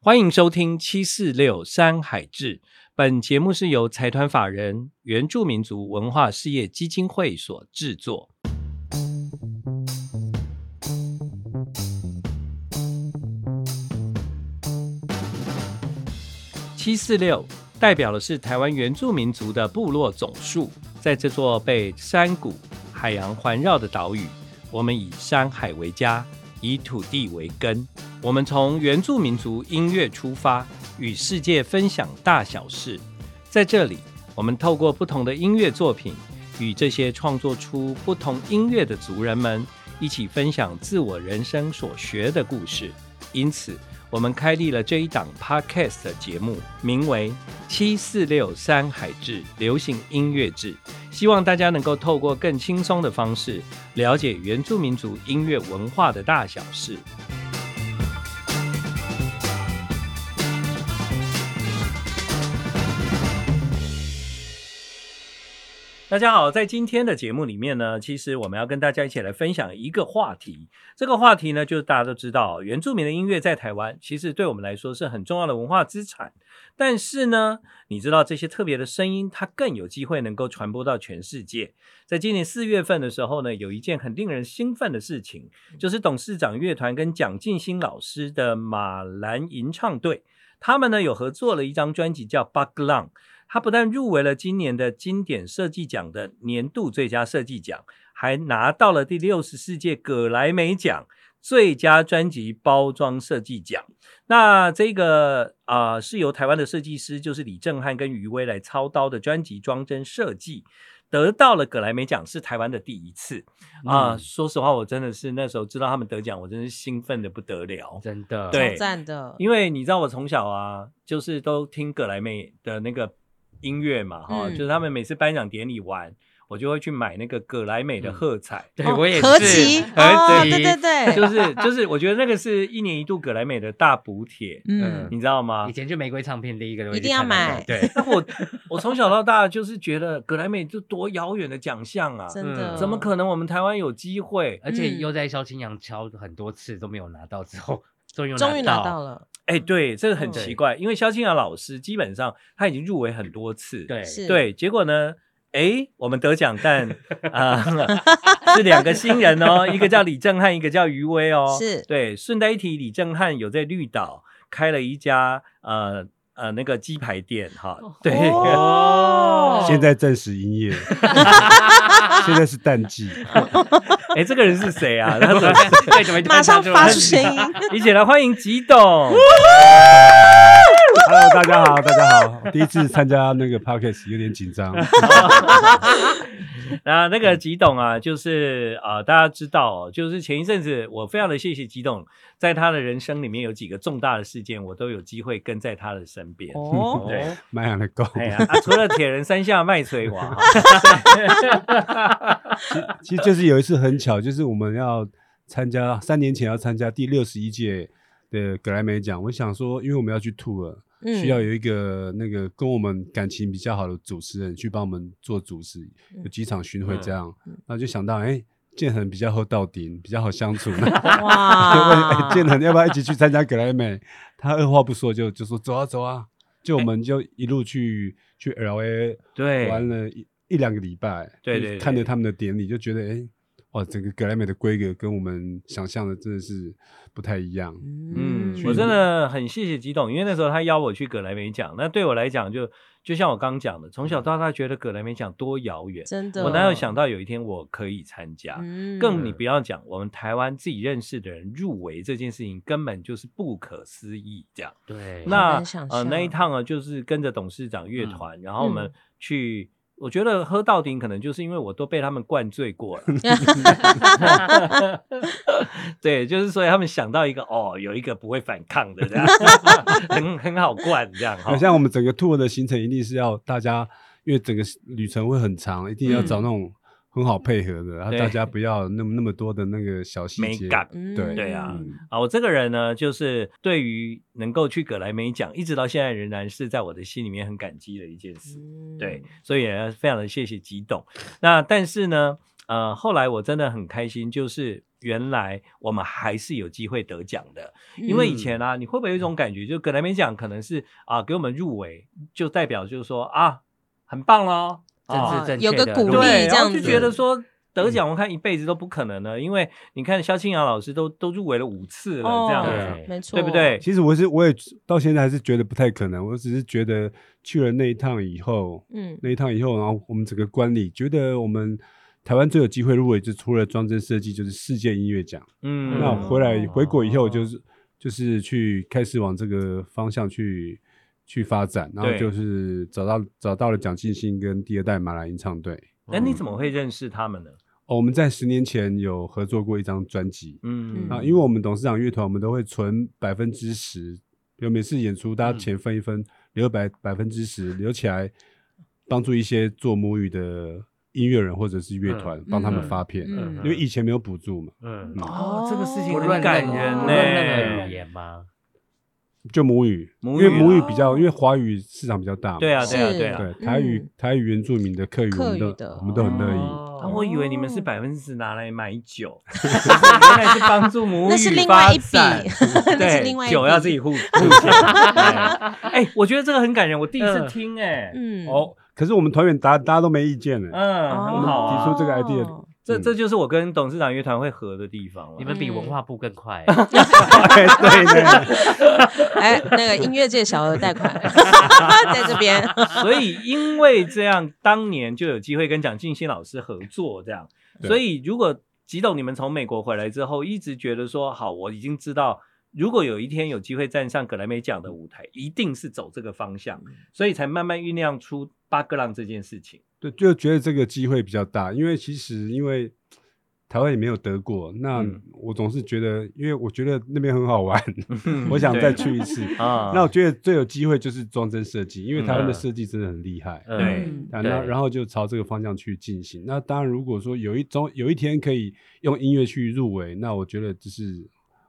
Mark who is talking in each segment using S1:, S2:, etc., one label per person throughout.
S1: 欢迎收听七四六山海志。本节目是由财团法人原住民族文化事业基金会所制作。七四六代表的是台湾原住民族的部落总数，在这座被山谷、海洋环绕的岛屿，我们以山海为家，以土地为根。我们从原住民族音乐出发，与世界分享大小事。在这里，我们透过不同的音乐作品，与这些创作出不同音乐的族人们一起分享自我人生所学的故事。因此，我们开立了这一档 podcast 的节目，名为《七四六山海志流行音乐志》，希望大家能够透过更轻松的方式，了解原住民族音乐文化的大小事。大家好，在今天的节目里面呢，其实我们要跟大家一起来分享一个话题。这个话题呢，就是大家都知道，原住民的音乐在台湾其实对我们来说是很重要的文化资产。但是呢，你知道这些特别的声音，它更有机会能够传播到全世界。在今年四月份的时候呢，有一件很令人兴奋的事情，就是董事长乐团跟蒋劲新老师的马兰吟唱队，他们呢有合作了一张专辑叫《Bug l o n 他不但入围了今年的经典设计奖的年度最佳设计奖，还拿到了第六十四届葛莱美奖最佳专辑包装设计奖。那这个啊、呃是由台湾的设计师就是李正汉跟余威来操刀的专辑装帧设计。得到了葛莱美奖是台湾的第一次啊、
S2: 嗯
S1: 说实话，我真的是那时候知道他们得奖，我真是兴奋的不得了。
S2: 真的，
S1: 对
S3: 超赞的，
S1: 因为你知道我从小啊，就是都听葛莱美的那个音乐嘛，哈、
S3: 嗯
S1: 就是他们每次颁奖典礼完，我就会去买那个葛莱美的喝彩。
S2: 对
S3: 哦
S2: 我也是，
S3: 合集哦，
S2: 集
S3: 对对对，
S1: 就是就是，我觉得那个是一年一度葛莱美的大补帖，
S3: 嗯
S1: 你知道吗，
S2: 以？前去玫瑰唱片第一个都会
S3: 一
S2: 去
S3: 定要
S2: 看那个
S3: 买
S2: 对
S1: 那我我从小到大就是觉得葛莱美就多遥远的奖项啊，
S3: 真的，
S2: 嗯
S1: 怎么可能我们台湾有机会？
S2: 而且
S3: 嗯
S2: 又在萧清扬敲很多次都没有拿到，之后终于
S3: 终于拿到
S2: 到，
S3: 了，
S1: 哎、对，这个很
S3: 嗯
S1: 奇怪，因为萧敬腾老师基本上他已经入围很多次，
S2: 对，
S3: 是
S1: 对，结果呢？哎，我们得奖，但啊、 是两个新人哦，一个叫李正汉，一个叫余威哦。
S3: 是
S1: 对。顺带一提，李正汉有在绿岛开了一家呃呃那个鸡排店哈。
S4: 哦
S1: 对，
S3: 哦
S5: 现在暂时营业， 现在是淡季。
S1: 哎，这个人是谁啊？ 他怎么
S2: 对， 怎么突 然
S3: 马上
S2: 唱
S3: 发
S2: 来
S3: 出声 音，
S1: 一起来欢迎吉董。
S5: Hello，大家好，大家好，第一次参加那个 podcast 有点紧张。
S1: 那那
S3: 嗯
S1: 个吉董啊，就是啊、呃大家知道哦，就是前一阵子我非常的谢谢吉董，在他的人生里面有几个重大的事件，我都有机会跟在他的身边。
S3: 哦，
S1: 对。
S5: 蛮想的够。
S1: 哎呀，啊除了铁人三项卖啊锤娃哈，
S5: 其实就是有一次很巧，就是我们要参加三年前要参加第六十一届的格莱美奖，我想说，因为我们要去 tour，
S3: 嗯
S5: 需要有一个那个跟我们感情比较好的主持人去帮我们做主持，
S3: 嗯
S5: 有几场巡回这样，那就想到哎。建恒比较厚道顶，比较好相处， 就问、
S3: 嗯哇
S5: 哎，
S1: 啊
S5: 建恒要不要一起去参加格莱美？他二话不说就就说走啊走啊，就我们就一路去、去 L A
S1: 哎对
S5: 玩了一一两个礼拜，
S1: 对
S5: 就
S1: 对对
S5: 看着他们的典礼就觉得哎。哇，整个格莱美的规格跟我们想象的真的是不太一样。
S1: 嗯
S3: 嗯，
S1: 我真的很谢谢吉董，因为那时候他邀我去葛莱美奖，那对我来讲就就像我刚讲的，从小到大觉得葛莱美奖多遥远，
S3: 真的，
S1: 我哪有想到有一天我可以参加？
S3: 嗯，
S1: 更你不要讲，我们台湾自己认识的人入围这件事情，根本就是不可思议。这样，
S2: 对，
S1: 那
S3: 难想
S1: 呃
S3: 象
S1: 那一趟啊，就是跟着董事长乐团，然后我们
S3: 嗯
S1: 去，我觉得喝到顶，可能就是因为我都被他们灌醉过了， 对，就是所以他们想到一个哦，有一个不会反抗的这样， 很很好灌这样哈
S5: 好。像我们整个 tour 的行程一定是要大家，因为整个旅程会很长，一定要找那种很好配合的，然后
S1: 嗯对
S5: 大家不要那么那么多的那个小细
S1: 美
S5: 节。
S1: 感
S3: 嗯
S5: 对
S1: 对啊啊，我这个人呢，就是对于能够去葛莱美奖，一直到现在仍然是在我的心里面很感激的一件事。
S3: 嗯
S1: 对，所以也要非常的谢谢吉董。那但是呢，呃，后来我真的很开心，就是原来我们还是有机会得奖的。
S3: 嗯
S1: 因为以前啊，你会不会有一种感觉，就葛莱美奖可能是啊给我们入围，就代表就是说啊很棒喽，
S2: 政
S1: 啊
S2: 治
S3: 哦
S2: 正
S3: 有
S2: 确
S3: 个
S2: 的
S3: 鼓
S2: 路
S3: 励
S1: 对，
S3: 这
S1: 然后
S3: 样
S1: 就
S3: 子嗯
S1: 觉得说得奖，我看一辈子都不可能了，因为你看萧敬尧老师都都入围了五次了，这样
S2: 对
S5: 啊
S1: 子，
S3: 哦没错，
S1: 对不？对？
S5: 其实我是我也到现在还是觉得不太可能，我只是觉得去了那一趟以后，
S3: 嗯，
S5: 那一趟以后，然后我们整个观礼觉得我们台湾最有机会入围，就除了装帧设计，就是世界音乐奖。
S1: 嗯，
S5: 那我回来
S3: 哦
S5: 回国以后，就是就是去开始往这个方向去去发展，然后
S1: 对
S5: 就是找到找到了蒋劲新跟第二代马来吟唱队。
S1: 那你怎么会认识他们呢？
S5: 哦，我们在十年前有合作过一张专辑，
S1: 嗯
S5: 啊，因为我们董事长乐团，我们都会存百分之十，比如每次演出，大家
S2: 嗯
S5: 钱分一分，留百百分之十留起来，帮助一些做母语的音乐人或者是乐团，帮他们
S2: 嗯
S5: 发片，
S3: 嗯
S5: 因为以前没有补助嘛，
S2: 嗯
S5: 嗯
S1: 哦，这个事情
S2: 不
S3: 我
S1: 很
S2: 论
S1: 感
S2: 任何
S1: 人
S2: 不
S1: 呢、
S2: 论任何语言吗？
S5: 就母语，
S1: 母
S5: 因为
S1: 语
S5: 母语
S1: 啊
S5: 比较，因为华语市场比较大嘛，
S1: 对啊，对啊，
S3: 是
S1: 对啊。
S5: 对台语、
S3: 嗯
S5: 台语原住民的客语，我
S3: 客
S5: 们
S3: 语
S5: 都
S3: 的
S5: 我们都很乐意。
S1: 啊我以为你们是
S3: 哦
S1: 百分之十拿来买酒， 原来是帮助母语
S3: 那是另外一笔
S1: 发展
S3: 那是另外
S1: 对，
S3: 一
S1: 酒
S3: 笔
S1: 要自己付付钱。哎， 我觉得这个很感人，我第一次
S2: 嗯
S1: 听哎，
S3: 嗯，
S5: 哦，可是我们团员大大家都没意见呢、
S1: 嗯，很好
S5: 我们
S1: 啊
S5: 提。出这个 idea
S3: 哦
S1: 这这就是我跟董事长乐团会合的地方了。
S2: 你们比文
S3: 嗯
S2: 化部更快欸，
S5: 哎对呢，
S3: 哎，那个音乐界小额贷款在这边，
S1: 所以因为这样，当年就有机会跟蒋劲新老师合作，这样。
S5: 对
S1: 所以如果吉董你们从美国回来之后，一直觉得说好，我已经知道，如果有一天有机会站上格莱美奖的舞台，一定是走这个方向，所以才慢慢酝酿出八哥浪这件事情。
S5: 对，就觉得这个机会比较大，因为其实因为台湾也没有得过，那
S1: 嗯
S5: 我总是觉得，因为我觉得那边很好玩，
S1: 嗯
S5: 我想再
S1: 对
S5: 去一 次。
S1: 啊
S5: 那我觉得最有机会就是装帧设计，因为台湾
S2: 嗯
S5: 的设计真的很厉害。
S2: 嗯
S1: 对
S3: 嗯
S5: 啊，那
S2: 对
S5: 然后就朝这个方向去进行。那当然，如果说有一种有一天可以用音乐去入围，那我觉得这是，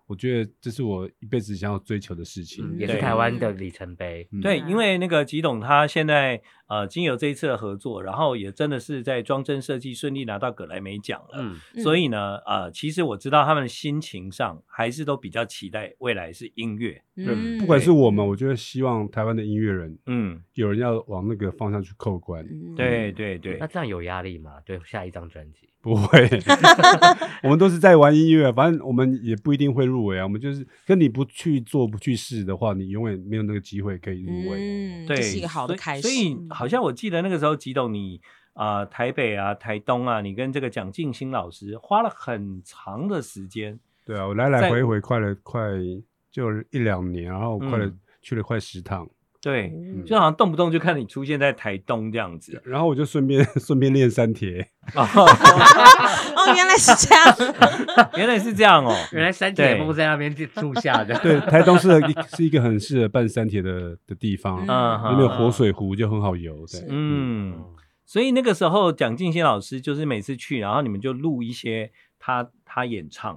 S5: 我觉得这是我一辈子想要追求的事情。
S2: 嗯也是
S1: 对
S2: 台湾的里程碑。
S5: 嗯
S1: 对，
S3: 嗯
S1: 因为那个吉董他现在呃，经由这一次的合作，然后也真的是在装帧设计顺利拿到葛莱美奖了。
S2: 嗯，
S3: 嗯
S1: 所以呢，呃，其实我知道他们的心情上还是都比较期待未来是音乐，
S3: 嗯
S5: 不管是我们，我觉得希望台湾的音乐人
S1: 嗯，
S5: 有人要往那个方向去扣关，
S3: 嗯
S1: 对对对
S2: 那，这样有压力吗？对下一张专辑，
S5: 不会， 我们都是在玩音乐，啊反正我们也不一定会入围啊。我们就是跟你不去做、不去试的话，你永远没有那个机会可以入围。啊
S3: 嗯，
S1: 对，
S3: 这是一个好的
S1: 所以
S3: 开始，
S1: 所以
S3: 嗯
S1: 好像我记得那个时候，吉董你啊、呃台北啊、台东啊，你跟这个蒋劲新老师花了很长的时间，
S5: 对啊，我来来
S1: 在
S5: 回回快了快就一两年，然后快了、
S1: 嗯
S5: 去了快十趟。
S1: 对，
S3: 嗯
S1: 就好像动不动就看你出现在台东这样 子
S5: 然后我就顺便 顺便练三铁，
S1: 啊，
S3: 哦，原来是这 样，
S1: 原来是这样哦，
S2: 原来三
S1: 对
S2: 姐夫在那边住下的，
S5: 对，台东是一是一个很适合办三铁的的地方，
S3: 嗯
S1: 嗯，
S5: 因为有活水湖就很好游。对
S3: 是，
S1: 嗯。
S2: 哦
S1: 所以那个时候，蒋劲新老师就是每次去，然后你们就录一些他他演唱，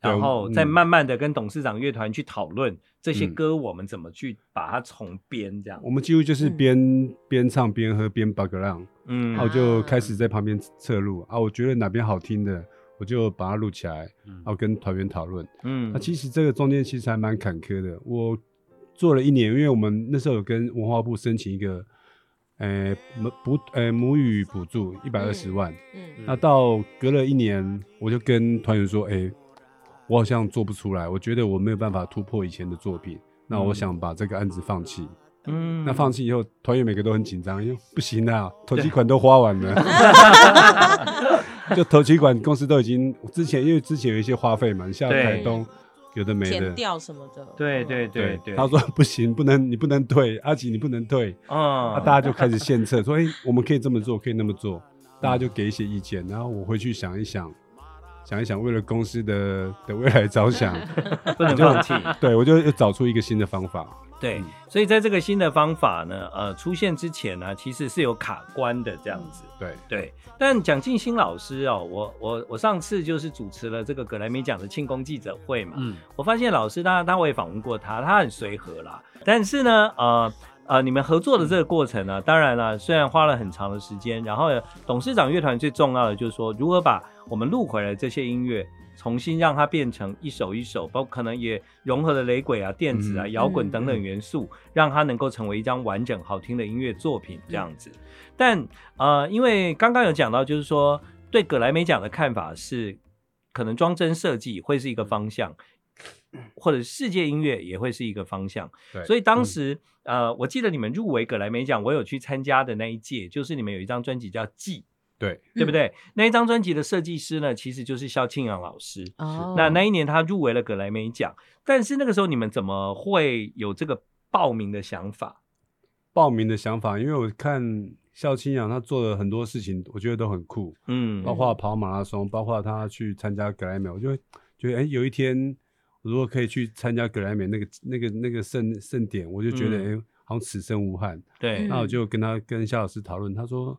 S5: 对
S1: 然后
S5: 嗯
S1: 再慢慢的跟董事长乐团去讨论这些
S5: 嗯
S1: 歌我们怎么去把它重编这样
S5: 我。们几乎就是
S3: 嗯
S5: 边、边唱边喝边 bug 浪，
S1: 嗯
S5: 然后
S1: 好
S5: 啊我就开始在旁边侧录啊，我觉得哪边好听的，我就把它录起来，
S2: 嗯
S5: 然后跟团员讨论。啊
S1: 嗯
S5: 那、其实这个中间其实还蛮坎坷的，我做了一年，因为我们那时候有跟文化部申请一个，呃母补呃母语补助一百二十万，
S3: 嗯
S5: 那到隔了一年，我就跟团员说，哎、我好像做不出来，我觉得我没有办法突破以前的作品，那我想把这个案子放弃。
S1: 嗯
S5: 那放弃以后，团员每个都很紧张，因为不行啊，投期款都花完了， 就投期款公司都已经之前因为之前有一些花费嘛，你像
S1: 对
S5: 台东有的没
S3: 填
S5: 的，
S3: 掉什么的，哦
S1: 对对对对，
S5: 他说不行，不能你不能退，阿吉你不能退，
S1: 嗯
S5: 那、大家就开始献策，说哎、诶我们可以这么做，可以那么做，大家就给一些意见，然后我回去想一想，想一想，为了公司的的未来着想，
S1: 不能放 弃。
S5: 对我就又找出一个新的方法，
S1: 对，
S5: 嗯
S1: 所以在这个新的方法呢，呃，出现之前呢，其实是有卡关的这样子。
S5: 对，
S1: 对，但蒋劲新老师哦，我我我上次就是主持了这个格莱美奖的庆功记者会嘛，
S2: 嗯，
S1: 我发现老师他他我也访问过他，他很随和啦，但是呢，呃。呃，你们合作的这个过程呢、当然了，虽然花了很长的时间，然后董事长乐团最重要的就是说，如何把我们录回来这些音乐重新让它变成一首一首，包括可能也融合了雷鬼啊、电子啊、
S5: 嗯
S1: 摇滚等等元素，让它能够成为一张完整好听的音乐作品这样子。但呃，因为刚刚有讲到，就是说对葛莱美奖的看法是，可能装帧设计会是一个
S5: 嗯
S1: 方向，或者世界音乐也会是一个方向。
S5: 对嗯
S1: 所以当时、呃，我记得你们入围葛莱美奖，我有去参加的那一届，就是你们有一张专辑叫《记》，
S5: 对
S1: 对不对？那一张专辑的设计师呢，其实就是萧敬阳老师。
S3: 哦，
S1: 那那一年他入围了葛莱美奖，但是那个时候你们怎么会有这个报名的想法？
S5: 报名的想法，因为我看肖清扬他做的很多事情，我觉得都很酷，
S1: 嗯
S2: 哦
S5: 包括跑马拉松，包括他去参加格莱美，我就会觉得，哎、有一天我如果可以去参加格莱美那个那个那个盛盛典，我就觉得，哎、
S1: 嗯
S5: 好像此生无憾。
S1: 对，
S3: 嗯
S5: 那我就跟他跟肖老师讨论，他说：“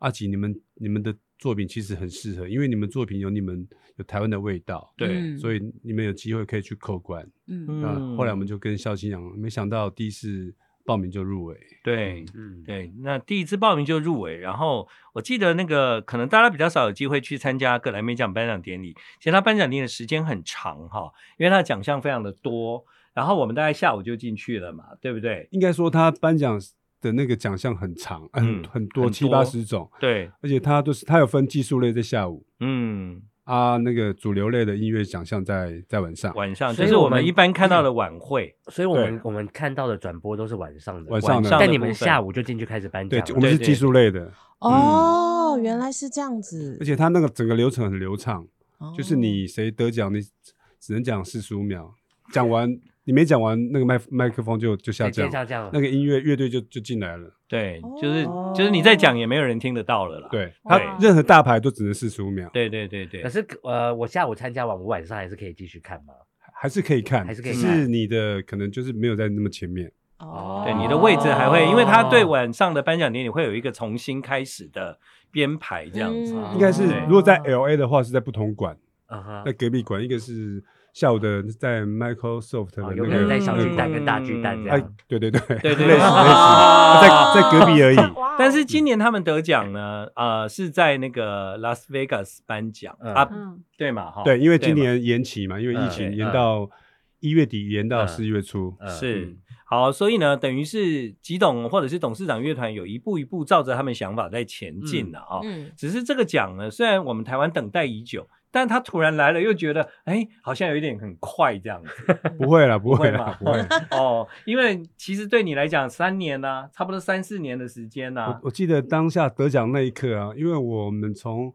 S5: 阿吉，你们你们的作品其实很适合，因为你们作品有你们有台湾的味道，
S1: 对
S3: 嗯
S5: 所以你们有机会可以去扣关。
S3: 嗯
S5: 那后来我们就跟肖清扬，没想到第一次报名就入围，
S1: 对
S2: 嗯，
S1: 对，那第一次报名就入围，然后我记得那个可能大家比较少有机会去参加格莱美奖颁奖典礼，其实他颁奖典礼的时间很长哈，因为他的奖项非常的多，然后我们大概下午就进去了嘛，对不对？
S5: 应该说他颁奖的那个奖项很长，呃很、
S1: 嗯
S5: 很
S1: 很
S5: 多七
S1: 多
S5: 八十种，
S1: 对，
S5: 而且他都是他有分技术类在下午
S1: 嗯，
S5: 啊，那个主流类的音乐奖项在在晚上，
S1: 晚上就
S2: 所以
S1: 是
S2: 我
S1: 我们
S2: 们嗯
S1: 一般看到的晚会，
S2: 所以我们我们看到的转播都是晚上的，
S5: 晚
S1: 晚
S5: 上
S1: 上
S5: 的
S1: 的
S2: 但你们
S1: 部分
S2: 下午就进去开始颁
S5: 对
S2: 奖，
S5: 我们
S1: 对
S5: 是
S1: 对
S5: 技术类的，
S3: 哦，原来是这样子，
S5: 而且他那个整个流程很流畅。”
S3: 哦
S5: 就是你谁得奖，你只能讲四十五秒，讲完你没讲完，那个麦麦克风就就下
S2: 对，介
S5: 降，
S2: 绍这样，
S5: 那个音乐乐队就就进来了。
S1: 对，就是就是
S3: 哦
S1: 你在讲也没有人听得到了啦，
S5: 对
S1: 对
S5: 他任何大牌都只能四十五秒，
S1: 对对对对
S2: 可是呃，我下午参加完，我晚上还是可以继续看吗？
S5: 还是可以看，
S2: 还是可以
S5: 只
S2: 看
S5: 是你的可能就是没有在那么前面。
S3: 哦，
S1: 对，你的位置还会，因为他对
S2: 哦
S1: 晚上的颁奖典礼会有一个重新开始的编排这样子，
S3: 嗯
S5: 应该是
S2: 哦对
S5: 如果在 L A 的话是在不同馆，
S2: 嗯哼
S5: 在，隔壁馆，一个是下午的在 Microsoft 的
S2: 哦
S5: 那
S2: 有可能
S5: 个
S2: 在小
S5: 那
S2: 巨
S5: 个
S2: 蛋
S5: 馆
S2: 跟大巨蛋这
S5: 哎
S2: 样，，
S5: 对对对，
S1: 对对
S5: 类似类似，
S3: 哦
S5: 在在隔壁而已。
S1: 但是今年他们得奖呢，呃，是在那个拉斯维加斯颁奖、
S2: 嗯
S1: 啊，
S4: 嗯，
S1: 对嘛哈？
S5: 对，因为今
S1: 对嘛
S5: 年延期嘛，因为疫
S2: 嗯
S5: 情
S1: 对
S5: 延
S2: 嗯
S5: 到一月底，延到
S2: 嗯
S5: 四月初。
S2: 嗯
S1: 是、
S5: 嗯
S1: 好，所以呢，等于是吉董或者是董事长乐团有一步一步照着他们想法在前进了啊、
S3: 嗯
S1: 只是这个奖呢，虽然我们台湾等待已久，但他突然来了，又觉得哎，好像有一点很快这样子
S5: 不会啦，不
S1: 会
S5: 会
S1: 吗
S5: 啦，不会。
S1: 哦。因为其实对你来讲，三年呐、差不多三四年的时间啊 呐、
S5: 我我记得当下得奖那一刻啊，因为我们从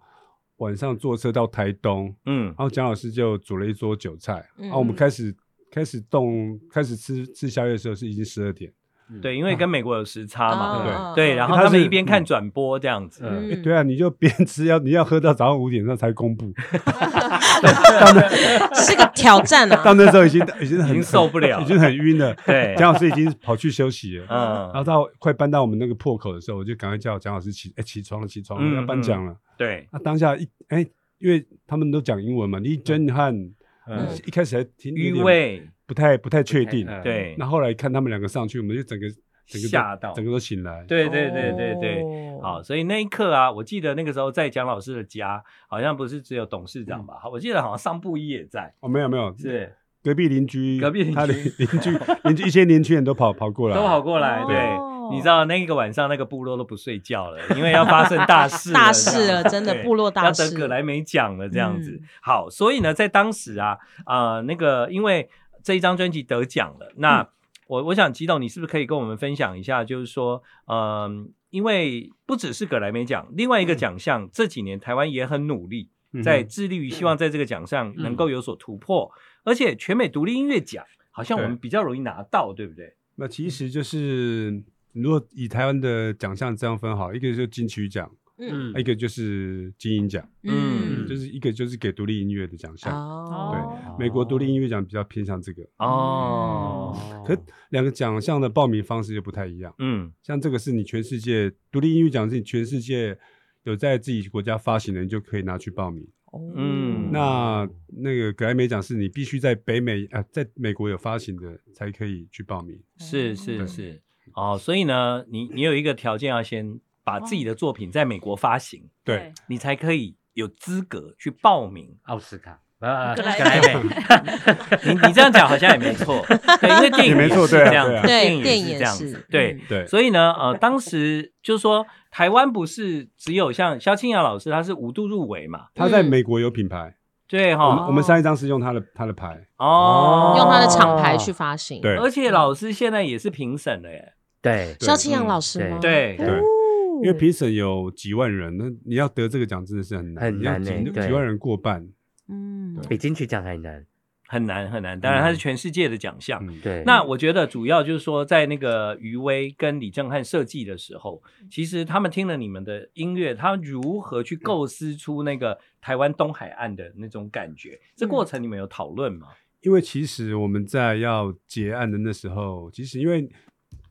S5: 晚上坐车到台东，
S1: 嗯
S5: 然，后蒋老师就煮了一桌酒菜，
S3: 嗯
S5: 然后我们开始开始动，开始吃吃宵夜的时候是已经十二点，
S2: 嗯
S1: 对，因为跟美国有时差嘛，
S5: 对
S1: 对，然后
S5: 他
S1: 他们
S5: 是
S1: 一边看
S5: 嗯
S1: 转播这样子，
S2: 嗯
S5: 诶对啊，你就边吃要你要喝到早上五点那才公布，
S3: 是个挑战
S5: 到
S3: 啊，
S5: 那时候已经已经很
S1: 已经受不了了
S5: 已经很晕了。
S1: 对
S5: 蒋老师已经跑去休息了，然后
S1: 嗯，
S5: 到快搬到我们那个破口的时候，我就赶快叫蒋老师起，哎、起床了，起床了，
S1: 嗯
S5: 要颁奖了。
S1: 对，
S5: 那、当下一哎、因为他们都讲英文嘛，你真汉。
S1: 嗯，
S5: 一开始还挺有
S1: 余
S5: 点
S1: 味，
S5: 不太不太确定。
S2: 嗯
S1: 对
S5: 那后来看他们两个上去，我们就整个整个都
S1: 吓到
S5: 整个都醒来。，
S1: 哦对对对对对。
S3: 哦
S4: 哦
S1: 好，，所以那一刻啊，我记得那个时候在蒋老师的家，好像不是只有董事长吧？好我记得好像上部一也在，
S5: 哦，没有没有，
S1: 是
S5: 隔壁邻居，
S1: 隔壁邻居
S5: 他的邻居邻居一些年轻人都跑跑过来，
S1: 都跑过来。
S3: 哦
S1: 对，你知道那个晚上那个部落都不睡觉了，因为要发生大事 了，
S3: 大事了，真的
S1: 对
S3: 部落
S1: 要
S3: 大
S1: 得
S3: 事，
S1: 葛莱美奖了这样子。
S3: 嗯
S1: 好，所以呢，在当时啊，啊，那个因为这一张专辑得奖了，那、我我想吉董，你是不是可以跟我们分享一下，就是说，嗯、因为不只是葛莱美奖，另外一个奖项、这几年台湾也很努力，
S5: 嗯哼
S1: 在致力于希望在这个奖项能够有所突破，而且全美独立音乐奖好像我们
S5: 对
S1: 比较容易拿到，对不对？
S5: 那其实就是，如果以台湾的奖项这样分好，一个就是金曲奖，
S3: 嗯
S5: 一个就是金鹰奖，
S1: 嗯
S5: 就是一个就是给独立音乐的奖项。
S3: 哦，
S5: 对，美国独立音乐奖比较偏向这个，
S1: 哦，
S5: 可两个奖项的报名方式又不太一样。
S1: 嗯
S5: 像这个是你全世界独立音乐奖是你全世界有在自己国家发行的，你就可以拿去报名。
S3: 哦
S1: 嗯
S5: 那那个格莱美奖是你必须在北美啊、在美国有发行的才可以去报名。
S1: 是是
S5: 对
S1: 是，哦，所以呢，你你有一个条件要先把自己的作品在美国发行，
S5: 对，
S1: 你才可以有资格去报名。
S2: 奥斯卡，啊，
S4: 格莱
S1: 格莱美， 你你这样讲好像也没错，对，因为电
S6: 也
S1: 影
S6: 没
S1: 也
S6: 错
S1: 是
S6: 对啊
S1: 这样子，
S6: 对啊
S3: 对，
S1: 电
S3: 电
S1: 影
S3: 影
S1: 是
S3: 也
S1: 这样
S3: 是
S1: 子，对。
S3: 嗯
S5: 对，
S1: 所以呢，呃，当时就是说，台湾不是只有像萧敬尧老师，他是五度入围嘛，
S5: 他在美国有品牌，
S1: 对
S5: 我
S1: 哈
S5: 们，我们上一张是用他的他的牌，
S1: 哦，
S3: 嗯用他的厂牌去发行。
S5: 对
S1: 而且老师现在也是评审了耶，
S2: 对
S3: 萧敬阳老师吗？哦
S1: 对
S5: 对，因为评审有几万人，那你要得这个奖真的是很难，
S2: 很
S5: 你要
S2: 难
S5: 几
S2: 欸对
S5: 几万人过半，
S3: 嗯，
S2: 比金曲奖还难。
S1: 很难很难。当然，它是全世界的奖项。
S5: 嗯，
S2: 对，
S1: 那我觉得主要就是说，在那个余威跟李正翰设计的时候，其实他们听了你们的音乐，他如何去构思出那个台湾东海岸的那种感觉？这过程你们有讨论吗？
S5: 因为其实我们在要结案的那时候，其实因为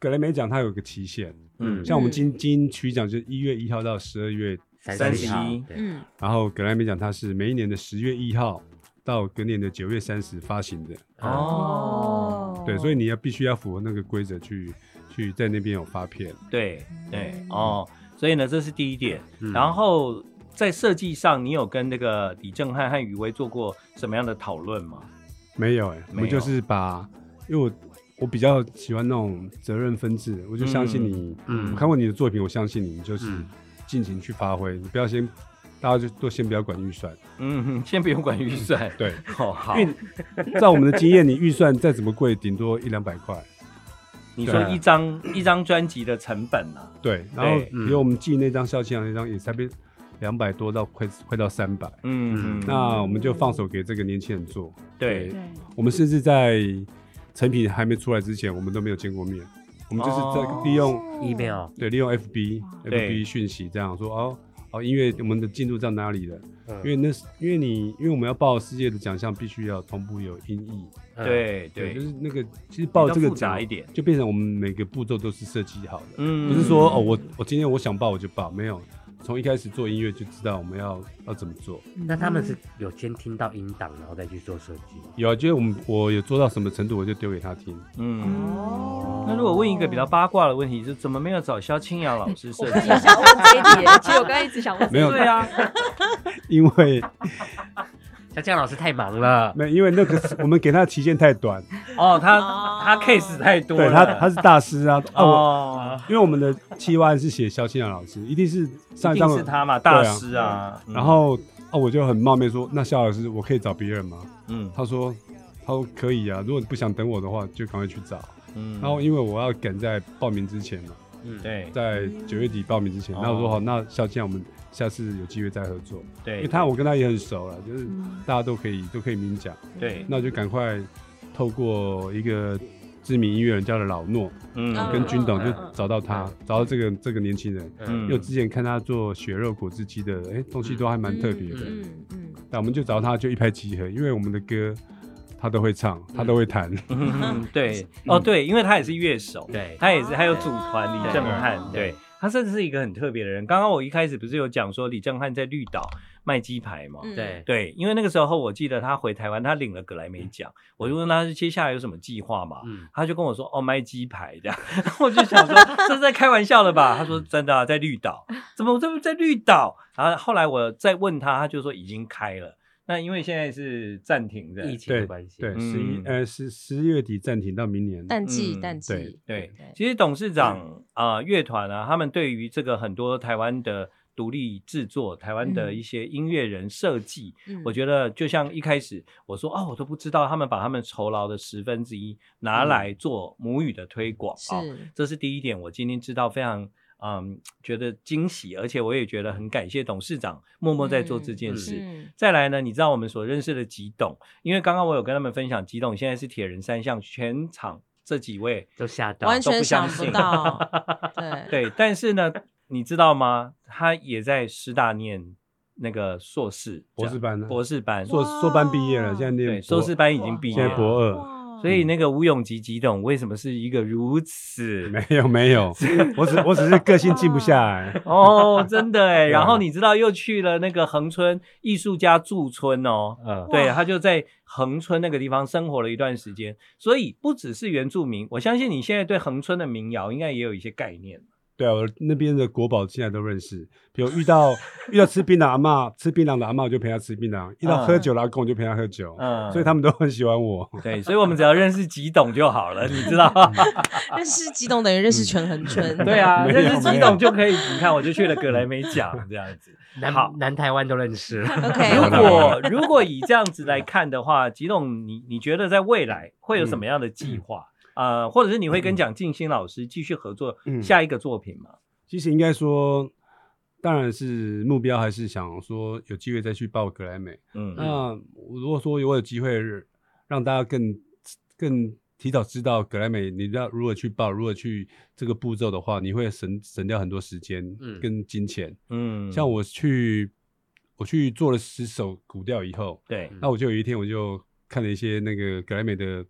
S5: 格莱美奖它有个期限，
S1: 嗯，
S5: 像我们金金曲奖就是一月一号到十二月，
S1: 三
S2: 十
S1: 十
S2: 号
S1: 一
S2: 对
S3: 嗯
S5: 然后格莱美奖它是每一年的十月一号到隔年的九月三十发行的，
S2: 嗯
S1: 哦，
S5: 对，所
S4: 以
S5: 以你要必须要符合那个规则去去在那边有发片，
S1: 对对哦，所以呢，这是第一点。
S2: 嗯
S1: 然后在设计上，你有跟那个李正翰和余威做过什么样的讨论吗？
S5: 没有哎、我
S1: 没有
S5: 们就是把，因为我我比较喜欢那种责任分制，我就相信你，
S2: 嗯嗯
S5: 我看过你的作品，我相信你，你就是
S2: 嗯
S5: 尽情去发挥，你不要先，大家就都先不要管预算，
S1: 嗯，先不用管预算。
S5: 对，
S1: 哦，好。
S5: 因为在我们的经验，你预算再怎么贵，顶多一两百块，
S1: 你说
S2: 对啊
S1: 一张一张专辑的成本啊？
S5: 对，然后
S1: 对
S5: 比如我们寄那张肖像那张也才被两百多到快快到三百，
S1: 嗯，嗯
S5: 那我们就放手给这个年轻人做，
S1: 对，
S5: 我们甚至在成品还没出来之前，我们都没有见过面，我们就是
S4: 哦
S5: 在利用、
S2: email
S5: 对利用 FB
S1: 对
S5: FB 讯息这样说哦哦，音乐我们的进度到哪里了？
S2: 嗯
S5: 因为那是因为你因为我们要报世界的奖项，必须要同步有音译，
S2: 嗯
S1: 对
S5: 就
S1: 对，
S5: 是那个其实报这
S1: 比较
S5: 个
S1: 复杂
S5: 奖
S1: 一点
S5: 就变成我们每个步骤都是设计好的，
S1: 嗯
S5: 不是说哦我我今天我想报我就报，没有从一开始做音乐就知道我们要要怎么做。
S2: 那他
S3: 嗯
S2: 们是有先听到音档，然后再去做设计。
S5: 有啊，就是我们我有做到什么程度，我就丢给 他听。
S1: 嗯。那如果问一个比较八卦的问题，是怎么没有找萧清扬老师设
S4: 我刚
S3: 嗯
S1: 计
S4: 才？也想问这一题耶，其实我刚才一直想问这一题，
S5: 没有
S1: 对啊，
S5: 因为
S2: 像这样老师太忙了，
S5: 没因为那个是我们给他的期限 太短，
S1: 哦，他他 case 太多了，
S5: 对他他是大师啊啊我。
S1: 哦，
S5: 因为我们的企划案是写萧敬尧老师，一定是上
S1: 一
S5: 一张
S1: 定是他嘛，大师啊。嗯
S5: 然后啊，我就很冒昧说，那萧老师，我可以找别人吗？
S1: 嗯
S5: 他说，他说可以啊，如果你不想等我的话，就赶快去找。
S1: 嗯
S5: 然后因为我要赶在报名之前嘛，
S2: 嗯，
S1: 对
S5: 在九月底报名之前，
S1: 哦
S5: 那我说好，那萧敬尧我们下次有机会再合作，因
S1: 对，
S5: 为他我跟他也很熟了，就是大家都可以都可以明讲，
S1: 对
S5: 那我就赶快透过一个知名音乐人叫做老诺，
S1: 嗯
S5: 跟军董
S2: 嗯
S5: 就
S2: 嗯嗯
S5: 找到他，找到这个这个年轻人。
S1: 嗯
S5: 因为我之前看他做血肉果汁机的，哎、东西都还蛮特别的。
S3: 嗯嗯
S5: 那、我们就找他，就一拍即合，因为我们的歌他都会唱，他都会弹。
S1: 嗯对哦对，因为他也是乐手，
S2: 对
S1: 他也是还有组团李正
S2: 哦
S1: 翰，对他甚至是一个很特别的人。刚刚我一开始不是有讲说李正翰在绿岛卖鸡排吗？
S3: 嗯
S2: 对，
S1: 对，因为那个时候我记得他回台湾，他领了格莱美奖，我就问他接下来有什么计划嘛，
S2: 嗯
S1: 他就跟我说哦卖鸡排这样，然后我就想说这是在开玩笑的吧？他说
S2: 嗯
S1: 真的、啊、在绿岛，怎么这么在绿岛？然后后来我再问他，他就说已经开了。那因为现在是暂停的，
S2: 疫情的关系，
S5: 对，
S1: 嗯
S5: 十一呃十十月底暂停到明年。
S3: 淡季
S1: 嗯
S3: 淡季，
S1: 对，其实董事
S2: 嗯
S1: 长啊、呃乐团啊，他们对于这个很多台湾的独立制作、台湾的
S3: 嗯
S1: 一些音乐人设计，
S3: 嗯
S1: 我觉得就像一开始我说哦，我都不知道他们把他们酬劳的十分之一拿来做母语的推广啊、
S3: 是
S1: 这是第一点，我今天知道非常。嗯，觉得惊喜，而且我也觉得很感谢董事长默默在做这件
S2: 嗯
S1: 事。
S3: 嗯
S1: 再来呢，你知道我们所认识的吉董，因为刚刚我有跟他们分享，吉董现在是铁人三项全场这几位
S2: 就吓到，
S3: 完
S1: 啊都
S3: 全
S1: 不相
S3: 想不
S1: 信
S3: 到，对
S1: 对，但是呢，你知道吗？他也在师大念那个硕士
S5: 博士班呢
S1: 博士班，
S5: 硕硕班毕业了，现在
S1: 对，
S5: 念
S1: 硕
S5: 博
S1: 士，班已经毕业
S5: 现在
S1: 了。
S5: 博二。
S3: 哇
S1: 所以那个吴永吉吉董为什么是一个如此
S5: 没有没 有，我只我只是个性静不下来。
S1: 哦，真的哎。
S5: 对啊
S1: 然后你知道又去了那个恒春艺术家驻村哦，
S2: 嗯，
S1: 对，他就在恒春那个地方生活了一段时间。所以不只是原住民，我相信你现在对恒春的民谣应该也有一些概念。
S5: 对啊，我那边的国宝现在都认识。比如遇到遇到吃槟榔阿嬷，吃槟榔的阿嬷，我就陪她吃槟榔；遇到喝酒的阿公，我就陪他喝酒。
S1: 嗯
S5: 所以他们都很喜欢我。
S1: 对，所以我们只要认识几董就好了，你知道？
S3: 认识激动等于认识全恒春。
S1: 对啊，
S5: 没有
S1: 认识
S5: 没
S1: 几
S5: 有
S1: 董就可以。你看，我就去了格莱美奖这样子。
S2: 南
S1: 好
S2: 南台湾都 认识了。
S3: ，OK，
S5: 哎
S1: 如果如果以这样子来看的话，吉董，你你觉得在未来会有什么样的计
S5: 嗯
S1: 划？呃，或者是你会跟蒋劲新老师继续合作
S5: 嗯
S1: 下一个作品吗？
S5: 其实应该说，当然是目标还是想说有机会再去报格莱美。
S1: 嗯
S5: 那我如果说我有机会让大家更更提早知道格莱美，你知道如何去报，如何去这个步骤的话，你会省省掉很多时间
S2: 嗯
S5: 跟金钱。
S1: 嗯，
S5: 像我去我去做了十首古调以后，
S1: 对，
S5: 那我就有一天我就看了一些那个格莱美的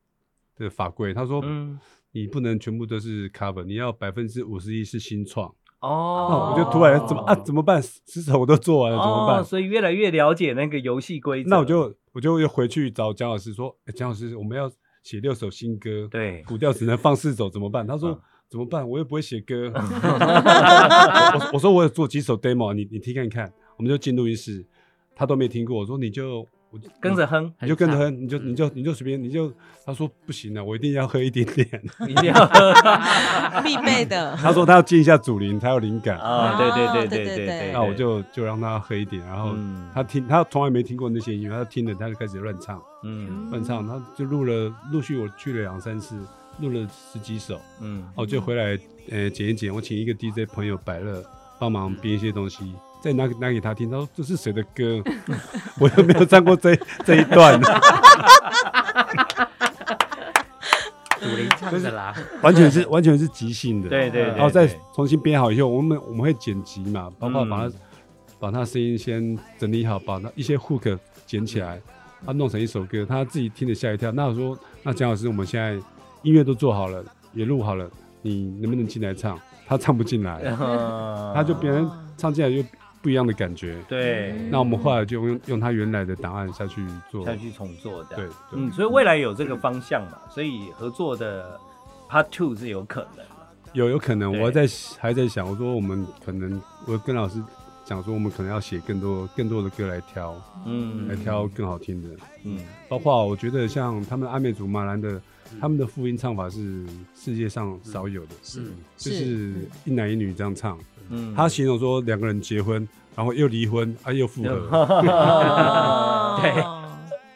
S5: 的法规，他说
S1: 嗯
S5: 你不能全部都是 cover，你要百分之五十一是新创。那
S1: 哦
S5: 我就突然怎么啊怎么办？十首我都做完了，怎么办
S1: 哦，？所以越来越了解那个游戏规则。
S5: 那我就我就又回去找蒋老师说，诶蒋、老师，我们要写六首新歌，，
S1: 对，
S5: 古调只能放四首，怎么办？他说、
S1: 嗯
S5: 怎么办？我又不会写歌。我我我说我有做几首 demo，你你啊听看看。我们就进录音室，他都没听过。我说你就我就
S1: 跟着 嗯哼，
S5: 你就跟着
S2: 很
S5: 哼，你就你就你就随便，你就他说不行啊了，我一定要喝一点点。
S1: 一定要喝
S3: 必备 的。
S5: 他说他要进一下祖林才有灵感。
S1: 啊！ 对对
S3: 哦
S1: 对
S3: 对
S1: 对
S3: 对对
S5: 那我就就让他喝一点，然后
S1: 嗯
S5: 他听他从来没听过那些音乐，他听了他就开始乱唱。
S1: 嗯
S5: 乱唱，他就录了，陆续我去了两三次，录了十几首，
S1: 嗯
S5: 哦，就回来呃剪一剪，我请一个 DJ 朋友百乐帮忙编一些东西，再拿拿给他听，他说这是谁的歌？ 我又没有唱过这这一段，
S2: 祖林唱的啦，
S5: 完全是完全是即兴的，
S1: 对对对
S5: 然后再
S1: 对
S5: 重新编好以后，我们我们会剪辑嘛，包括
S1: 嗯
S5: 把它、把它声音先整理好，把那一些 hook 剪起来，他弄成一首歌，他自己听了吓一跳。那我说，那蒋老师，我们现在音乐都做好了，也录好了，你能不能进来唱？他唱不进来，
S1: 嗯
S5: 他就别人唱进来就不一样的感觉。
S1: 啊对
S5: 那我们后来就用用他原来的档案下去做，
S1: 下去重做的。
S5: 对，对
S1: 嗯，所以未来有这个方向嘛，所以合作的 Part Two 是有可能嘛。
S5: 有有可能，
S1: 对
S5: 我在还在想，我说我们可能，我跟老师讲说，我们可能要写更多更多的歌来挑，
S1: 嗯，
S5: 来挑更好听的。
S1: 嗯
S5: 包括我觉得像他们阿美族马兰的，他们的复音唱法是世界上少有的，
S2: 嗯，
S5: 就是一男一女这样唱。
S1: 嗯
S5: 他形容说两个人结婚，然后又离婚，啊又复合，
S1: 嗯
S3: 哦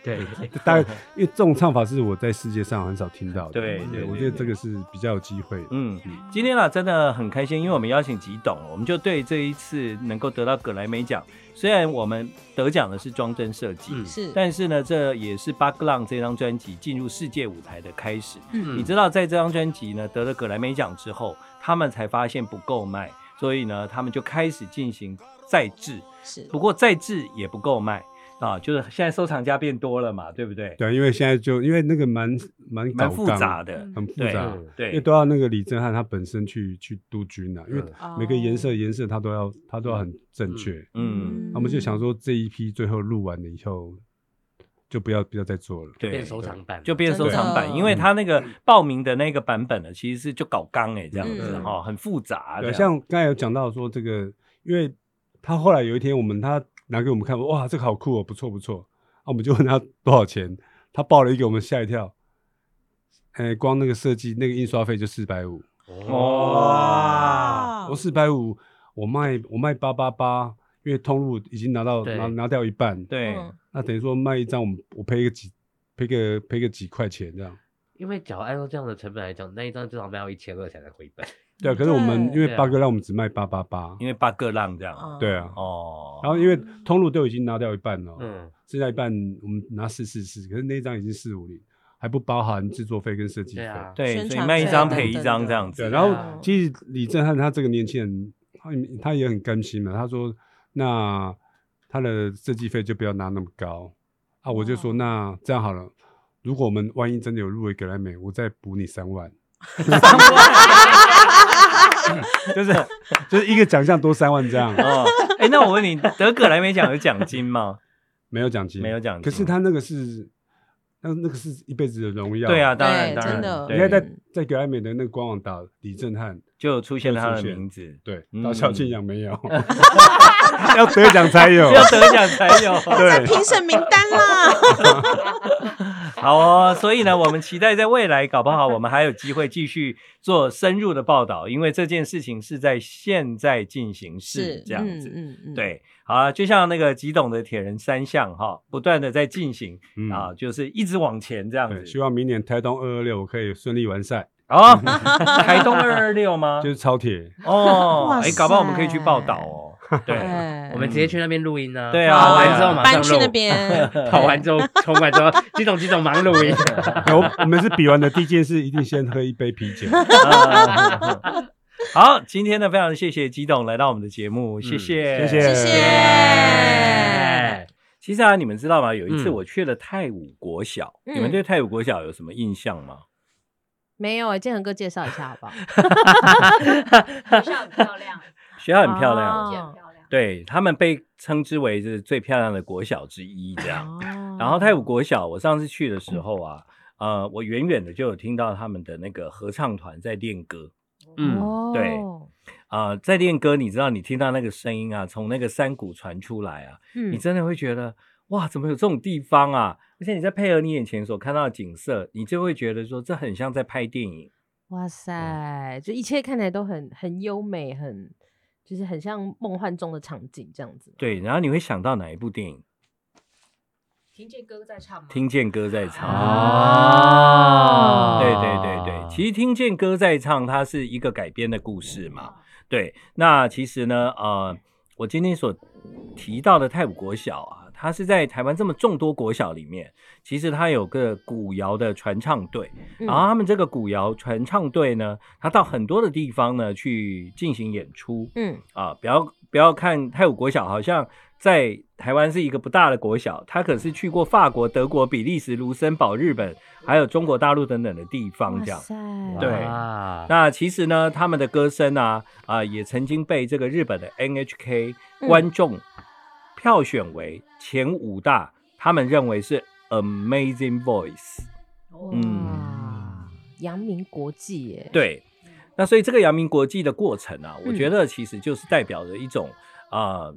S1: 对
S2: 对，
S5: 大概 因为这种唱法是我在世界上很少听到的。
S1: 对对
S5: 我
S1: 对
S5: 觉得这个是比较有机会的。
S1: 嗯，今天啊真的很开心，因为我们邀请吉董，我们就对这一次能够得到葛莱美奖，虽然我们得奖的是装帧设计，
S2: 嗯
S3: 是，
S1: 但是呢，这也是《巴克浪》这张专辑进入世界舞台的开始。
S2: 嗯
S1: 你知道，在这张专辑呢得了葛莱美奖之后，他们才发现不够卖，所以呢，他们就开始进行再制。
S3: 是
S1: 不过再制也不够卖啊，就是现在收藏家变多了嘛，对不对？
S5: 对，因为现在就因为那个蛮蛮
S1: 蛮
S5: 搞
S1: 复
S5: 纲
S1: 杂的，
S5: 很复
S1: 对
S5: 杂。
S2: 嗯
S5: 因为
S1: 对
S5: 都要那个李正翰他本身去去督军啊，因为
S2: 嗯
S3: 哦
S5: 每个颜色颜色他都要他都要很正确。
S1: 嗯，
S5: 那我们就想说这一批最后录完了以后，就不要不要再做了。
S1: 对
S2: 变。收藏版
S1: 就变收藏版，
S3: 真的
S1: 因为他那个
S5: 嗯
S1: 报名的那个版本呢，其实是就搞纲哎这样子
S3: 嗯
S1: 哈，很复杂
S5: 对，
S1: 的。
S5: 啊像刚才有讲到说这个，因为他后来有一天我们他拿给我们看，哇，这个好酷哦，不错不错。啊，我们就问他多少钱，他报了一个，我们吓一跳。哎，光那个设计那个印刷费就四百五，
S2: 哦
S1: 哇，
S3: 哦
S4: 哦
S5: 我四百五，我卖我卖八八八，因为通路已经拿到
S2: 对
S5: 拿拿掉一半，
S1: 对，
S3: 嗯
S5: 那等于说卖一张，我们我赔个几赔个赔个几块钱这样。
S2: 因为假如按照这样的成本来讲，那一张至少卖到一千二才能回本。
S5: 对啊，可是我们因
S3: 对
S5: 为
S2: 对啊
S5: 八哥让我们只卖八八八
S1: 因，为八个浪这样
S3: 哦
S5: 对啊。
S1: 哦。
S5: 然后因为通路都已经拿掉一半了，
S2: 嗯，
S5: 剩下一半我们拿四四四，可是那一张已经四五零，还不包含制作费跟设计费
S2: 对。啊，
S1: 对，
S3: 宣
S1: 所以
S3: 传
S1: 卖一
S3: 费
S1: 张
S3: 等
S1: 赔一
S3: 等
S1: 张
S3: 的
S1: 这样
S5: 对
S1: 子。
S5: 啊，然后
S3: 啊
S5: 其实李正翰他这个年轻人，他也他也很甘心嘛，他说那他的设计费就不要拿那么高啊，我就说
S3: 哦
S5: 那这样好了，如果我们万一真的有入围格莱美，我再补你 三万。 就是就是一个奖项多三 万这样，
S1: 哦，哎，那我问 你，德葛莱美奖有奖金吗？
S5: 没有奖金，
S1: 没有奖金
S5: 可是他那个是，那那个是一辈子的荣耀。
S1: 对，啊，当然
S3: 对，
S1: 当然，
S3: 真的，
S1: 对
S5: 你看在
S3: 嗯
S5: 在格莱美的那个官网打李正翰，
S1: 就出现了他的
S5: 就出现
S1: 名字，
S5: 对
S1: 嗯，
S5: 到萧敬扬没 有，要得奖才有
S1: 只。有得奖才有。
S5: 对，
S3: 评审名 单啦，
S1: 好哦，所以呢，我们期待在未来，搞不好我们还有机会继续做深入的报道，因为这件事情是在现在进行式
S3: 是
S1: 这样子。
S3: 嗯嗯嗯，
S1: 对，好啊，就像那个吉董的铁人三项哈，不断的在进行、
S5: 嗯
S1: 啊，就是一直往前这样
S5: 对，希
S1: 子。
S5: 望明年台东二二六我可以顺利完赛，
S1: 哦，台东二二六吗
S5: 就？是超 铁。
S1: 哦
S3: 哇，
S1: 哎，搞不好我们可以去报道哦。 对，
S3: 哎，
S2: 嗯我们直接去那边录音啊。
S1: 对啊
S2: 跑
S3: 好
S2: 完之后马上
S3: 搬去
S2: 录，
S3: 那。 边
S2: 跑完之后，冲完之后， 激动激动，忙录音。
S5: 我我们是比完的第一件事，一定先喝一杯啤酒。
S1: 啊好，今天呢，非常谢谢吉董来到我们的节目，谢谢，
S2: 嗯
S5: 谢谢
S3: 谢谢。
S1: 其实啊，你们知道吗？有一次
S2: 嗯
S1: 我去了泰武国小，
S3: 嗯
S1: 你们对泰武国小有什么印象吗？
S4: 没有哎，建恒哥介绍一下好不好？
S6: 学校很漂亮，
S1: 学校很漂亮，
S4: 哦
S6: 也很漂亮。
S1: 对他们被称之为是最漂亮的国小之一，这样。
S4: 哦
S1: 然后泰武国小，我上次去的时候啊，呃，我远远的就有听到他们的那个合唱团在练歌
S2: 嗯，
S4: 哦
S1: 对啊、呃在练歌。你知道，你听到那个声音啊，从那个山谷传出来啊，你
S4: 嗯，
S1: 真的会觉得哇，怎么有这种地方啊？而且你在配合你眼前所看到的景色，你就会觉得说，这很像在拍电影。
S4: 哇
S1: 嗯
S4: 塞，就一切看起来都很很优美，很就是很像梦幻中的场景这样子。
S1: 对，然后你会想到哪一部电影？
S6: 听见歌在唱吗？
S1: 听见歌在唱。
S2: 哦
S1: 对对对对，其实听见歌在唱，它是一个改编的故事嘛。对，那其实呢，呃，我今天所提到的泰武国小啊，它是在台湾这么众多国小里面，其实它有个古谣的传唱队，
S4: 嗯
S1: 然后他们这个古谣传唱队呢，它到很多的地方呢去进行演出。
S4: 嗯，
S1: 啊，不要不要看泰武国小，好像在台湾是一个不大的国小，它可是去过法国、德国、比利时、卢森堡、日本，还有中国大陆等等的地方
S4: 哇
S1: 这样。
S4: 塞，
S1: 对
S2: 哇
S1: 那其实呢，他们的歌声啊啊、也曾经被这个日本的 NHK
S4: 嗯
S1: 观众票选为前五大，他们认为是 Amazing Voice。
S4: 哇，扬名国际耶，
S1: 嗯对，那所以这个扬名国际的过程啊，我
S4: 嗯
S1: 觉得其实就是代表着一种啊、呃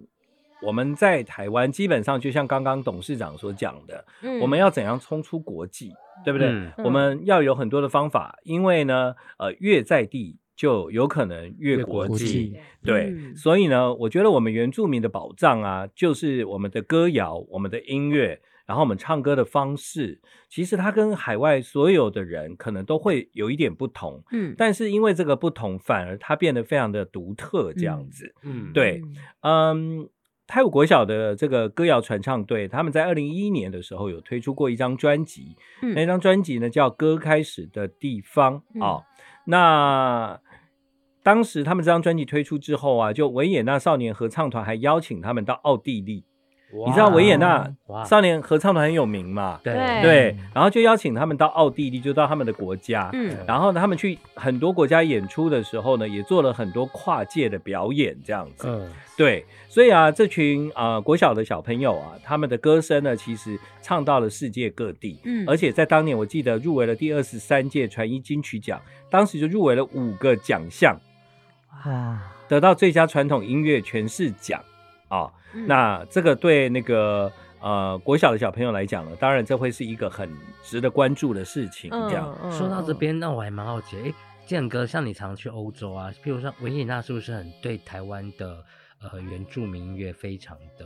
S1: 我们在台湾基本上就像刚刚董事长所讲的，
S4: 嗯，
S1: 我们要怎样冲出国际，对不对？
S2: 嗯
S1: 我们要有很多的方法，因为呢，呃，越在地就有可能越
S2: 越
S1: 国
S2: 国
S1: 际
S2: 际。
S6: 对
S1: 对，
S4: 嗯
S1: 所以呢，我觉得我们原住民的宝藏啊，就是我们的歌谣、我们的音乐，然后我们唱歌的方式，其实它跟海外所有的人可能都会有一点不同，
S4: 嗯
S1: 但是因为这个不同，反而它变得非常的独特，这样
S4: 嗯
S1: 子。
S2: 嗯
S1: 对嗯，泰晤国小的这个歌谣传唱队，他们在二零一一年的时候有推出过一张专辑，
S4: 嗯
S1: 那张专辑呢叫《歌开始的地方》啊、
S4: 嗯
S1: 那当时他们这张专辑推出之后啊，就维也纳少年合唱团还邀请他们到奥地利，你知道维也纳
S2: 哇
S1: 少年合唱团很有名嘛？
S2: 对嗯
S4: 对
S1: 对，然后就邀请他们到奥地利，就到他们的国家。
S4: 嗯
S1: 然后呢他们去很多国家演出的时候呢，也做了很多跨界的表演，这样子。
S2: 嗯
S1: 对，所以啊，这群啊、呃国小的小朋友啊，他们的歌声呢，其实唱到了世界各地，
S4: 嗯
S1: 而且在当年我记得入围了第二十三届传艺金曲奖，当时就入围了五个奖项，
S2: 哇
S1: 得到最佳传统音乐诠释奖啊、
S4: 嗯
S1: 那这个对那个呃国小的小朋友来讲呢，当然这会是一个很值得关注的事情，这样。
S4: 嗯
S2: 说到这
S4: 嗯
S2: 边，那我还蛮好奇，哎、建哥，像你常去欧洲啊，譬如说维也纳，是不是很对台湾的呃原住民音乐非常的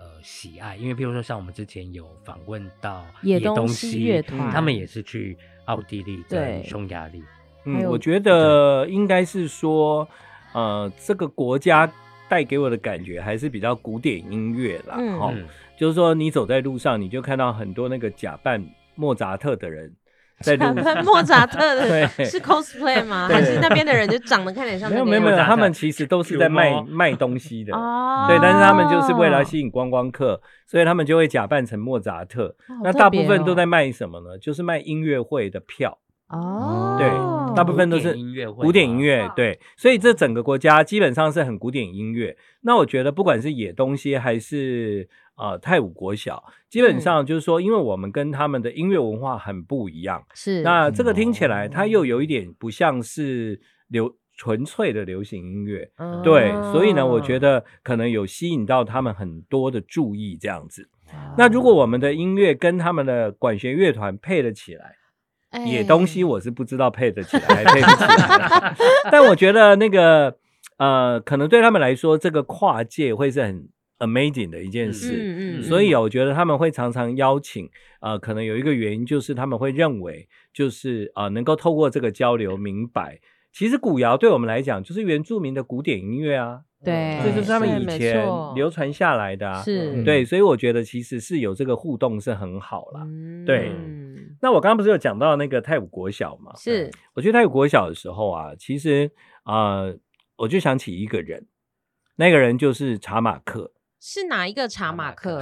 S2: 呃喜爱？因为譬如说，像我们之前有访问到
S4: 野
S2: 东
S4: 东西
S1: 嗯
S4: 乐团
S2: 他们也是去奥地利
S4: 对
S2: 跟匈牙利，
S4: 还
S1: 嗯，
S4: 有
S1: 我觉得应该是说，呃，这个国家带给我的感觉还是比较古典音乐啦，
S4: 嗯
S1: 哈、
S2: 嗯
S1: 就是说你走在路上，你就看到很多那个假扮莫扎特的人在路上。
S4: 莫扎特的
S1: 对
S4: 是 cosplay 吗？
S1: 对
S4: 还是那边的人就长得看起来像
S1: 没
S4: 那
S1: 有
S4: 个
S1: 没有没有，
S4: 样子
S1: 他们其实都是在卖
S2: 球猫
S1: 卖东西的，
S4: 哦
S1: 对，但是他们就是为了吸引观光客，所以他们就会假扮成莫扎特。
S4: 哦
S1: 那
S4: 好特
S1: 大
S4: 别
S1: 部分都
S4: 哦
S1: 在卖什么呢？就是卖音乐会的票。
S4: 哦，
S1: 对大部分都是
S2: 古典音乐会，
S1: 古典音， 乐
S6: 哇
S1: 对，所以这整个国家基本上是很古典音乐。那我觉得不管是野东西还是呃泰武国小，基本上就是说，因为我们跟他们的音乐文化很不一样。
S4: 是
S1: 那这个听起来，
S2: 嗯
S1: 它又有一点不像是流纯粹的流行音乐。
S4: 嗯
S1: 对，所以呢，我觉得可能有吸引到他们很多的注意这样子。那如果我们的音乐跟他们的管弦乐团配得起来，
S4: 哎
S1: 野东西，我是不知道配得起来还配不起来啦，但我觉得那个呃，可能对他们来说，这个跨界会是很 amazing 的一件事。
S4: 嗯嗯，
S1: 所以啊我觉得他们会常常邀请，呃，可能有一个原因就是他们会认为，就是啊、呃能够透过这个交流明白，其实古谣对我们来讲就是原住民的古典音乐啊，
S4: 嗯对，
S1: 这就是他们以
S4: 没
S1: 前
S4: 错
S1: 流传下来的啊。
S4: 是
S2: 嗯
S1: 对，所以我觉得其实是有这个互动是很好啦。
S4: 嗯
S1: 对那我刚刚不是有讲到那个泰武国小嘛？
S4: 是
S1: 我去泰国国小的时候啊，其实呃，我就想起一个人，那个人就是查马克。
S4: 是哪一个查马克？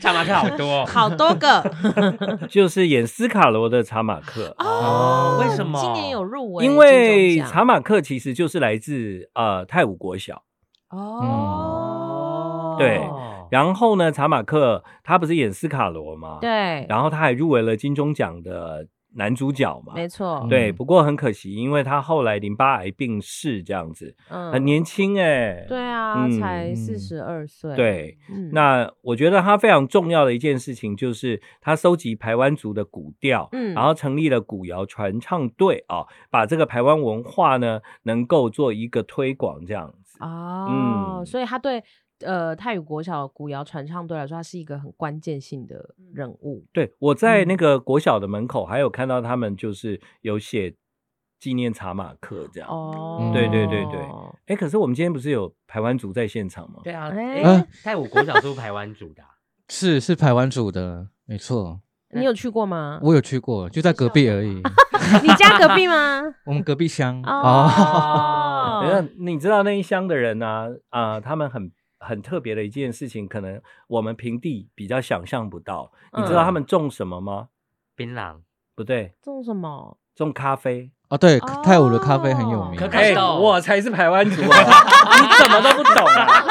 S2: 查马克好多哦
S4: 好多 个
S1: 就是演斯卡罗的查马克，
S2: 哦为什么
S4: 今年有入围
S1: 因
S4: 哦金钟奖？
S1: 为查马克其实就是来自呃泰武国小。
S4: 哦，
S1: 嗯对然后呢，查马克他不是演斯卡罗吗？。
S4: 对，
S1: 然后他还入围了金钟奖的男主角嘛？
S4: 没错，
S1: 对，
S2: 嗯
S1: 不过很可惜，因为他后来淋巴癌病逝，这样子
S4: 嗯
S1: 很年轻哎、
S4: 对啊，
S1: 嗯
S4: 才
S2: 嗯
S4: 四十二岁，
S1: 对，
S4: 嗯，
S1: 那我觉得他非常重要的一件事情就是他收集排湾族的古调，
S4: 嗯
S1: 然后成立了古谣传唱队啊、把这个排湾文化呢能够做一个推广，这样子。
S4: 哦
S1: 嗯，
S4: 所以他对呃泰语国小古谣传唱队来说，他是一个很关键性的
S2: 嗯
S4: 任务。
S1: 对，我在
S4: 嗯
S1: 那个国小的门口还有看到他们就是有写纪念查马克这样。哎、
S4: 哦，
S2: 对对
S1: 对对可是我们今天不是有排湾族在现场吗？
S2: 对啊，
S4: 哎
S2: 哎，泰武国小是不是台湾组的啊？
S7: 是是台湾组的，没错，
S4: 你有去过吗？
S7: 我有去过，就在隔壁而已，
S4: 你家隔壁 吗？
S7: 我们隔壁乡哦，
S4: 哦，
S1: 等一下，你知道那一乡的人呢、啊？他们很很特别的一件事情，可能我们平地比较想象不到。你知道他们种什么吗？
S2: 槟榔，
S1: 不对，
S4: 嗯种什么？
S1: 种咖啡。哎
S7: 哦对
S4: 哦，
S7: 泰武的咖啡很有名
S1: 哦
S2: 可，可豆，
S1: 我才是台湾 族、啊，你怎么都不懂啊！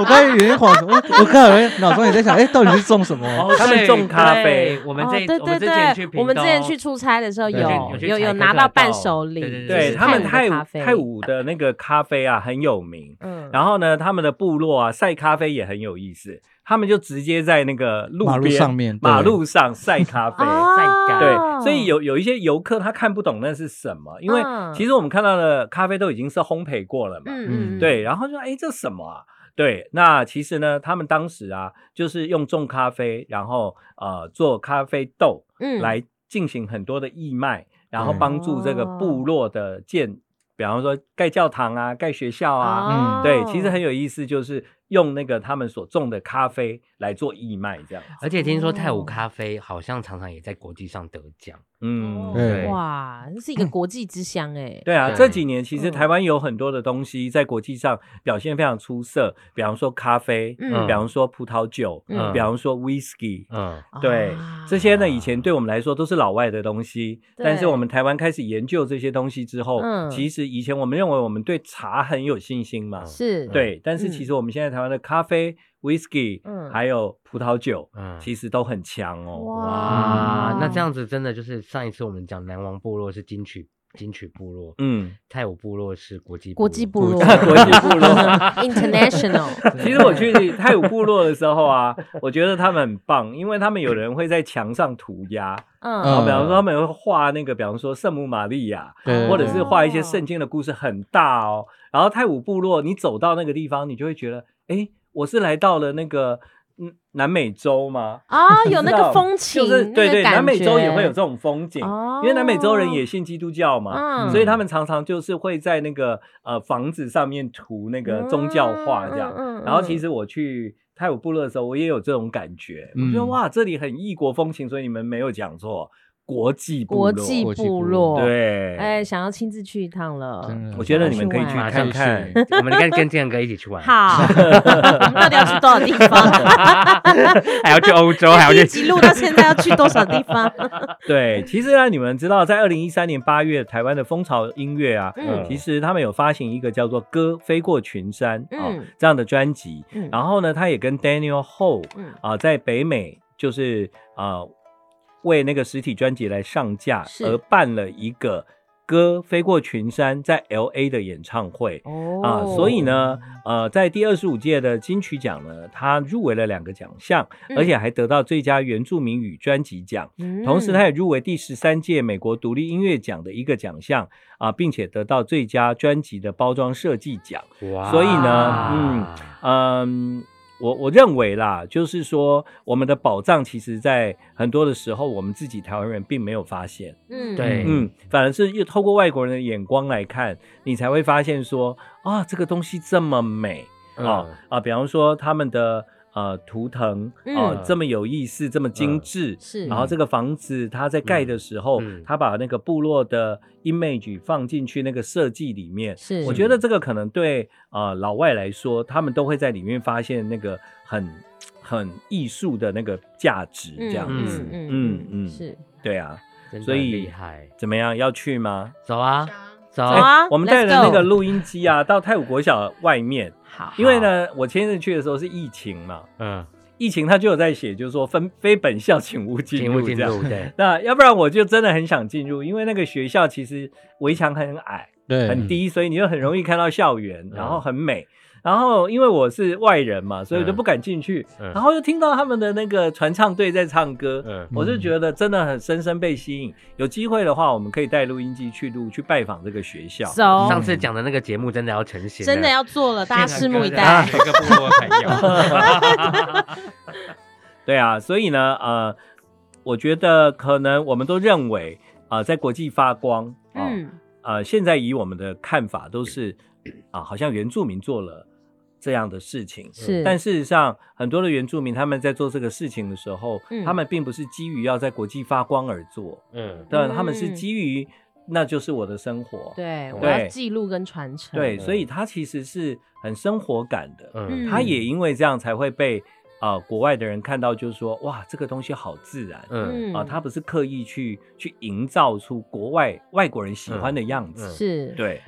S7: 我刚才有点恍神，我我刚才脑中也在想，哎，到底是种什么？
S2: 哦
S1: 他们
S2: 对
S1: 种咖啡
S2: 对我们
S4: 哦
S2: 这
S4: 对
S2: 我们
S4: 对
S2: 之前去
S4: 对，
S2: 屏
S4: 我们之前
S2: 东
S4: 去出差的时候
S7: 有
S4: 有
S7: 去有
S2: 去采
S4: 有有
S2: 可
S4: 拿
S2: 可
S4: 到
S2: 豆
S4: 伴手礼，
S2: 对对
S4: 就是
S2: 对
S1: 对他们
S4: 泰
S1: 泰
S4: 鲁的
S1: 武
S4: 咖啡
S1: 泰武的那个咖啡啊很有名，
S4: 嗯，
S1: 然后呢，他们的部落啊晒咖啡也很有意思，他们就直接在那个路
S7: 马路
S1: 边
S7: 上面对
S1: 马路上晒咖啡。
S4: 哦
S1: 对，所以有有一些游客他看不懂那是什么，因为
S4: 嗯
S1: 其实我们看到的咖啡都已经是烘焙过了嘛，
S4: 嗯嗯
S1: 对，然后就哎这什么啊？对，那其实呢，他们当时啊，就是用种咖啡，然后呃做咖啡豆
S4: 嗯
S1: 来进行很多的义卖，然后
S7: 对
S1: 帮助这个
S4: 哦
S1: 部落的建，比方说盖教堂啊、盖学校啊。
S4: 哦
S1: 对，其实很有意思，就是用那个他们所种的咖啡来做义卖，这样。
S2: 而且听说泰武
S4: 哦
S2: 咖啡好像常常也在国际上得奖，
S4: 哦
S1: 嗯，
S7: 对
S4: 哇，这是一个国际之乡 哎，
S1: 对啊，
S2: 对
S1: 这几年其实
S4: 嗯
S1: 台湾有很多的东西在国际上表现非常出色，比方说咖啡，
S4: 嗯
S1: 比方说葡萄酒，
S4: 嗯
S1: 比方说 whisky，
S2: 嗯，
S1: 对
S4: 啊
S1: 这些呢，以前对我们来说都是老外的东西，
S4: 对
S1: 但是我们台湾开始研究这些东西之后，
S4: 嗯
S1: 其实以前我们认为我们对茶很有信心嘛，
S4: 是，
S1: 对，但是其实我们现在台湾的咖啡、whisky，
S4: 嗯
S1: 还有葡萄酒，
S2: 嗯
S1: 其实都很强哦。
S4: 嗯
S2: 哇，那这样子真的就是上一次我们讲南王部落是金曲金曲部落，
S1: 嗯，
S2: 泰武部落是国际
S4: 国际部落，
S1: 国际部落。
S4: international，
S1: 其实我去泰武部落的时候啊，我觉得他们很棒，因为他们有人会在墙上涂鸦，然后
S4: 嗯
S7: 嗯
S1: 比方说他们会画那个，比方说圣母玛利亚，
S7: 对，
S1: 或者是画一些
S4: 哦
S1: 圣经的故事，很大哦。然后泰武部落，你走到那个地方，你就会觉得，哎，我是来到了那个嗯南美洲吗？
S4: 啊，有那
S1: 你知道
S4: 个风情，
S1: 就是对
S4: 那个
S1: 对，
S4: 感
S1: 南美洲也
S4: 觉
S1: 会有这，种风景，
S4: 哦
S1: 因为南美洲人也信基督教嘛。
S4: 嗯，
S1: 所以他们常常就是会在那个呃房子上面涂那个宗教画这样，
S4: 嗯嗯嗯
S1: 然后其实我去泰武部落的时候，我也有这种感觉，我觉得
S7: 嗯
S1: 哇，这里很异国风情，所以你们没有讲错，国际部
S4: 国
S1: 落
S4: 际
S7: 国际
S4: 部
S7: 部
S4: 落，
S7: 落，
S1: 对，
S4: 哎，想要亲自去一趟了，
S7: 真的
S1: 我觉得你们可以去
S4: 去玩
S1: 看
S7: 马
S1: 看
S7: 上。
S2: 我们跟跟健哥一起去玩，
S4: 好，我们到底要去多少地 方？
S2: 还要去欧洲，还要
S4: 第一
S2: 去
S4: 集录到现在要去多少 地方？
S1: 对，其实呢，啊你们知道，在二零一三年八月，台湾的风潮音乐啊，
S4: 嗯
S1: 其实他们有发行一个叫做《歌飞过群山》啊、
S4: 嗯
S1: 这样的专辑，
S4: 嗯
S1: 然后呢，他也跟 Daniel Ho
S4: 嗯
S1: 啊、在北美就是啊、为那个实体专辑来上架，
S4: 是
S1: 而办了一个《歌飞过群山》在 L A 的演唱会。
S4: 哦
S1: 啊，所以呢，呃，在第二十五届的金曲奖呢，他入围了两个奖项，
S4: 嗯
S1: 而且还得到最佳原住民语专辑奖。
S4: 嗯
S1: 同时，他也入围第十三届美国独立音乐奖的一个奖项啊，并且得到最佳专辑的包装设计奖。
S2: 哇
S1: 所以呢嗯嗯，我我认为啦，就是说我们的宝藏，其实在很多的时候，我们自己台湾人并没有发现，
S4: 嗯
S2: 对，
S1: 嗯，反而是又透过外国人的眼光来看，你才会发现说啊，这个东西这么美
S2: 嗯
S1: 啊啊，比方说他们的呃图腾啊
S2: 嗯
S1: 这么有意思，这么精
S2: 嗯
S1: 致，
S4: 是，
S1: 然后这个房子它在盖的时候，
S2: 嗯嗯
S1: 它把那个部落的 image 放进去那个设计里面。
S4: 是
S1: 我觉得这个可能对呃老外来说，他们都会在里面发现那个很很艺术的那个价值，这样
S4: 嗯
S1: 子。
S4: 嗯嗯
S1: 嗯嗯
S4: 是
S1: 对啊，
S2: 真的
S1: 所以
S2: 厉害，
S1: 怎么样？要去吗？
S2: 走啊走
S4: 好啊
S1: 哎我们
S4: let's
S1: 带着那个
S4: go
S1: 录音机啊，到泰武国小外面，
S4: 好，
S1: 因为呢，我前一阵去的时候是疫情嘛，
S2: 嗯，
S1: 疫情他就有在写，就是说分非本校请勿进
S2: 进
S1: 入
S2: 入
S1: 这
S2: 进
S1: 样。
S2: 入，对，
S1: 那要不然我就真的很想进入，因为那个学校其实围墙很矮
S7: 对，
S1: 很低，所以你就很容易看到校园，
S2: 嗯
S1: 然后很美。然后因为我是外人嘛，所以我就
S2: 嗯
S1: 不敢进去。
S2: 嗯
S1: 然后又听到他们的那个传唱队在唱歌，
S2: 嗯
S1: 我就觉得真的很深深被吸引。有机会的话，我们可以带录音机去录，去拜访这个学校。
S4: 走，
S2: 上次讲的那个节目真的要成型了，
S4: 哦真的要做了，大家拭目以
S2: 啊
S4: 待。
S2: 每个部落朋啊 友，
S1: 对啊，所以呢，呃，我觉得可能我们都认为啊、在国际发光，啊
S4: 嗯，
S1: 呃，现在以我们的看法都是啊，好像原住民做了这样的事情，
S4: 是，
S1: 但事实上，很多的原住民他们在做这个事情的时候，
S4: 嗯
S1: 他们并不是基于要在国际发光而做，
S2: 嗯，
S1: 但他们是
S4: 嗯
S1: 基于那就是我的生活，
S4: 对，我
S1: 对
S4: 要记录跟传承。
S1: 对所以他其实是很生活感的，
S2: 嗯
S1: 他也因为这样才会被啊、呃国外的人看到，就是说哇，这个东西好自然。
S2: 嗯
S1: 啊，他不是刻意去去营造出国外外国人喜欢的
S2: 嗯
S1: 样子，
S4: 是，
S1: 对。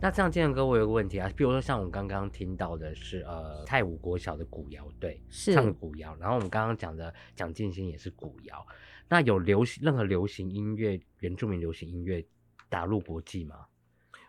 S2: 那这样，建哥，我有个问题啊，比如说像我们刚刚听到的是，呃，泰武国小的古谣队
S4: 是
S2: 唱古谣，然后我们刚刚讲的蒋劲新也是古谣，那有流行任何流行音乐，原住民流行音乐打入国际吗？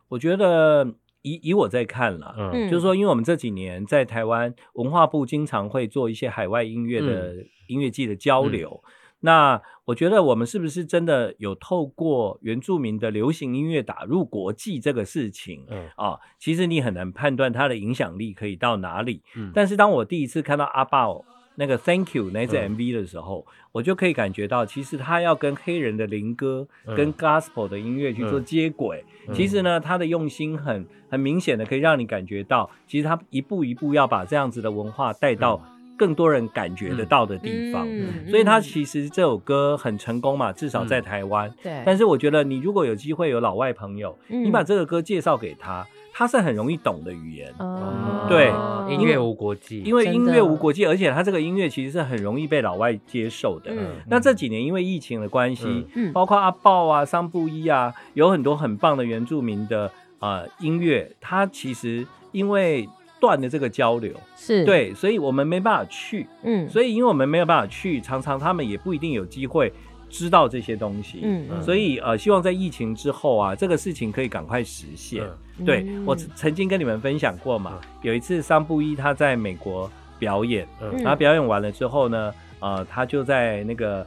S1: 我觉得以以我在看啦，
S2: 嗯
S1: 就是说，因为我们这几年在台湾文化部经常会做一些海外音乐的
S2: 嗯
S1: 音乐季的交流。那我觉得我们是不是真的有透过原住民的流行音乐打入国际这个事情
S2: 嗯
S1: 啊？其实你很难判断它的影响力可以到哪里。
S2: 嗯
S1: 但是当我第一次看到阿豹那个 Thank You 那支
S2: 嗯
S1: MV 的时候，我就可以感觉到，其实他要跟黑人的灵歌、
S2: 嗯
S1: 跟 Gospel 的音乐去做
S2: 嗯
S1: 接轨。
S2: 嗯
S1: 其实呢，他的用心很很明显的可以让你感觉到，其实他一步一步要把这样子的文化带到
S2: 嗯
S1: 更多人感觉得到的地方。
S4: 嗯
S1: 所以它
S4: 嗯
S1: 其实这首歌很成功嘛，至少在
S2: 嗯
S1: 台湾。
S4: 对，
S1: 但是我觉得你如果有机会有老外朋友，你把
S4: 嗯
S1: 这个歌介绍给他，他是很容易懂的语言。
S4: 哦
S1: 对
S2: 音乐无国嗯界，
S1: 因为
S4: 真
S1: 音
S4: 的
S1: 乐无国界，而且他这个音乐其实是很容易被老外接受的。
S4: 嗯
S1: 那这几年因为疫情的关系，
S2: 嗯
S4: 嗯
S1: 包括阿豹啊、桑布依啊，有很多很棒的原住民的呃音乐，它其实因为断了这个交流，
S4: 是，，
S1: 对，所以我们没办法去，
S4: 嗯，
S1: 所以因为我们没有办法去，常常他们也不一定有机会知道这些东西，
S4: 嗯嗯
S1: 所以呃，希望在疫情之后啊，这个事情可以赶快实现。
S2: 嗯
S1: 对
S4: 嗯
S1: 我曾曾经跟你们分享过嘛，有一次桑布依他在美国表演，
S2: 嗯
S1: 然后表演完了之后呢，呃，他就在那个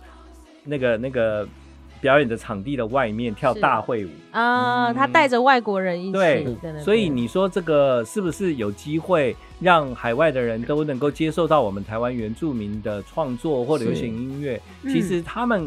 S1: 那个那个表演的场地的外面跳
S4: 是
S1: 大会舞。
S4: 啊，他带着外国人一起在
S1: 对
S4: 那边，
S1: 所以你说这个是不是有机会让海外的人都能够接受到我们台湾原住民的创作或流行音乐？
S4: 嗯
S1: 其实他们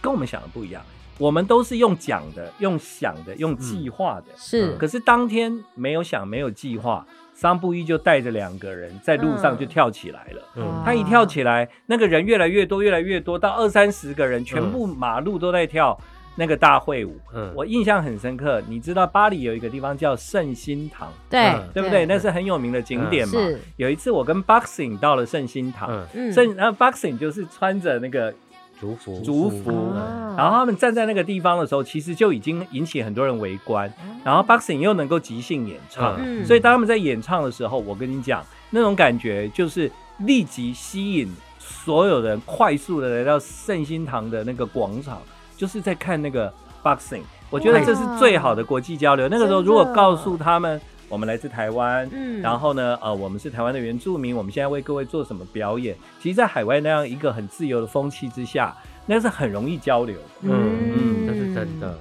S1: 跟我们想的不一样，我们都是用讲的、用想的、用计划的。
S4: 是
S1: 可是当天没有想、没有计划，桑布依就带着两个人在路上
S4: 嗯
S1: 就跳起来了。
S4: 哦
S2: 嗯
S1: 他一跳起来，那个人越来越多，越来越多，到二三十个人，全部马路都在跳那个大会舞。
S2: 嗯
S1: 我印象很深刻，你知道巴黎有一个地方叫圣心堂，
S4: 对嗯
S2: 嗯
S1: 对不对？那是很有名的景点嘛。
S4: 是，
S1: 有一次我跟 Boxing 到了圣心堂，
S2: 嗯
S4: 嗯
S1: 圣然后 Boxing 就是穿着那个
S2: 竹符
S1: 族服，
S2: 嗯
S4: 啊
S1: 然后他们站在那个地方的时候，其实就已经引起很多人围观。然后 Boxing 又能够即兴演唱，
S4: 嗯
S1: 所以当他们在演唱的时候，我跟你讲，那种感觉就是立即吸引所有人快速的来到圣心堂的那个广场，就是在看那个 Boxing。我觉得这是最好的国际交流。那个时候如果告诉他们我们来自台湾，
S4: 啊嗯
S1: 然后呢，呃，我们是台湾的原住民，我们现在为各位做什么表演？其实，在海外那样一个很自由的风气之下，那是很容易交流。
S2: 嗯，这是真的，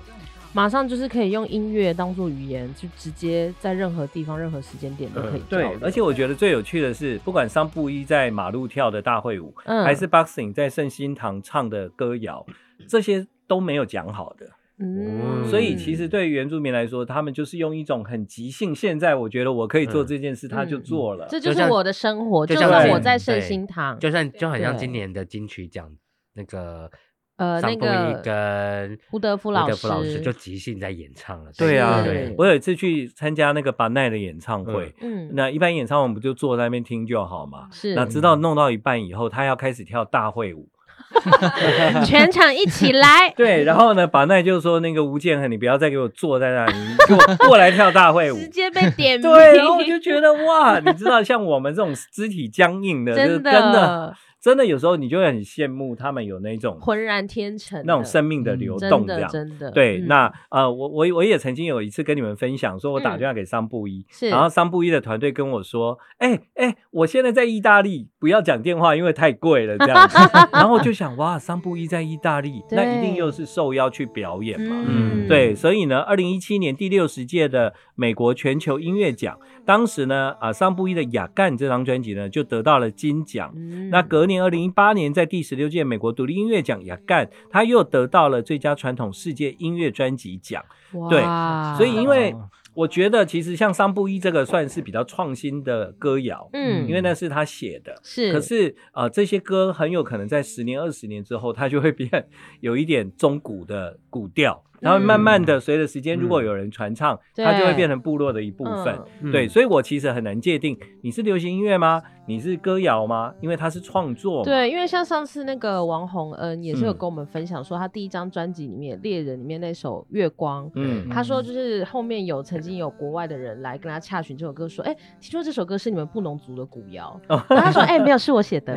S4: 马上就是可以用音乐当做语言，就直接在任何地方、任何时间点都嗯可以交
S1: 嗯对
S4: 流，
S1: 而且我觉得最有趣的是，不管桑布依在马路跳的大会舞，
S4: 嗯
S1: 还是 Boxing 在圣心堂唱的歌谣，这些都没有讲好的。
S4: 嗯，
S1: 所以其实对于原住民来说，他们就是用一种很即兴。现在我觉得我可以做这件事，他就做了。
S4: 嗯这就
S2: 就是像
S4: 我的生活，就
S2: 就像
S4: 算
S1: 对
S4: 我在圣
S2: 对
S4: 心堂，
S2: 就像就很像
S4: 对
S2: 今年的金曲奖那个
S4: 呃
S2: 桑
S4: 那
S2: 布
S4: 个
S2: 伊跟
S4: 胡德夫
S2: 老
S4: 老
S2: 师
S4: 师
S2: 就即兴在演唱了，
S1: 对啊
S2: 对
S4: 是，
S1: 我有一次去参加那个巴奈的演唱会，
S4: 嗯，
S1: 那一般演唱会我们不就坐在那边听就好嘛？
S4: 是嗯
S1: 哪知道弄到一半以后，他要开始跳大会舞。，
S4: 全场一起来
S1: 对，然后呢，巴奈就说：“那个吴建衡，你不要再给我坐在那里，你给我过来跳大会舞。”
S4: 直接被 点名，
S1: 对，然后我就觉得哇，你知道，像我们这种肢体僵硬 的，就是
S4: 真
S1: 真的真的有时候你就会很羡慕他们有那种
S4: 浑然天成的，嗯
S1: 那种生命的流
S4: 真
S1: 动这
S4: 的
S1: 样。
S4: 真的，
S1: 对，
S4: 嗯
S1: 那呃，我我我也曾经有一次跟你们分享，说我打
S4: 嗯
S1: 电话给桑布伊，
S4: 是
S1: 然后桑布伊的团队跟我说，哎、哎、我现在在意大利，不要讲电话，因为太贵了这样 子。然后我就想，哇，桑布伊在意大利，那一定
S4: 对
S1: 又是受邀去表演嘛。
S2: 嗯
S1: 对，所以呢，二零一七年第六十届的美国全球音乐奖，当时呢，啊、桑布伊的《雅干》这张专辑呢，就得到了金奖。
S4: 嗯
S1: 那隔年，二零一八年，在第十六届美国独立音乐奖雅干，他又得到了最佳传统世界音乐专辑奖。对
S4: 哇
S1: 所以，因为
S7: 哦
S1: 我觉得，其实像桑布伊这个算是比较创新的歌谣，
S4: 嗯
S1: 因为那是他写的。
S4: 是，
S1: 可是，呃，这些歌很有可能在十年、二十年之后，它就会 变有一点中古的古调，然后慢慢的随着时间，
S2: 嗯
S1: 如果有人传唱，它就会
S4: 对
S1: 变成部落的一部分。
S2: 嗯
S1: 对，所以我其实很难界定你是流行音乐吗？你是歌谣吗？因为它是创作嘛。
S4: 对，因为像上次那个王洪恩也是有
S1: 嗯
S4: 跟我们分享说，他第一张专辑里面《猎人》里面那首《月光》。
S1: 嗯，
S4: 他说，就是后面有曾经有国外的人来跟他洽询这首歌，说，哎、听说这首歌是你们布农族的古谣，
S1: 哦
S4: 然后他说，哎、没有，是我写 的，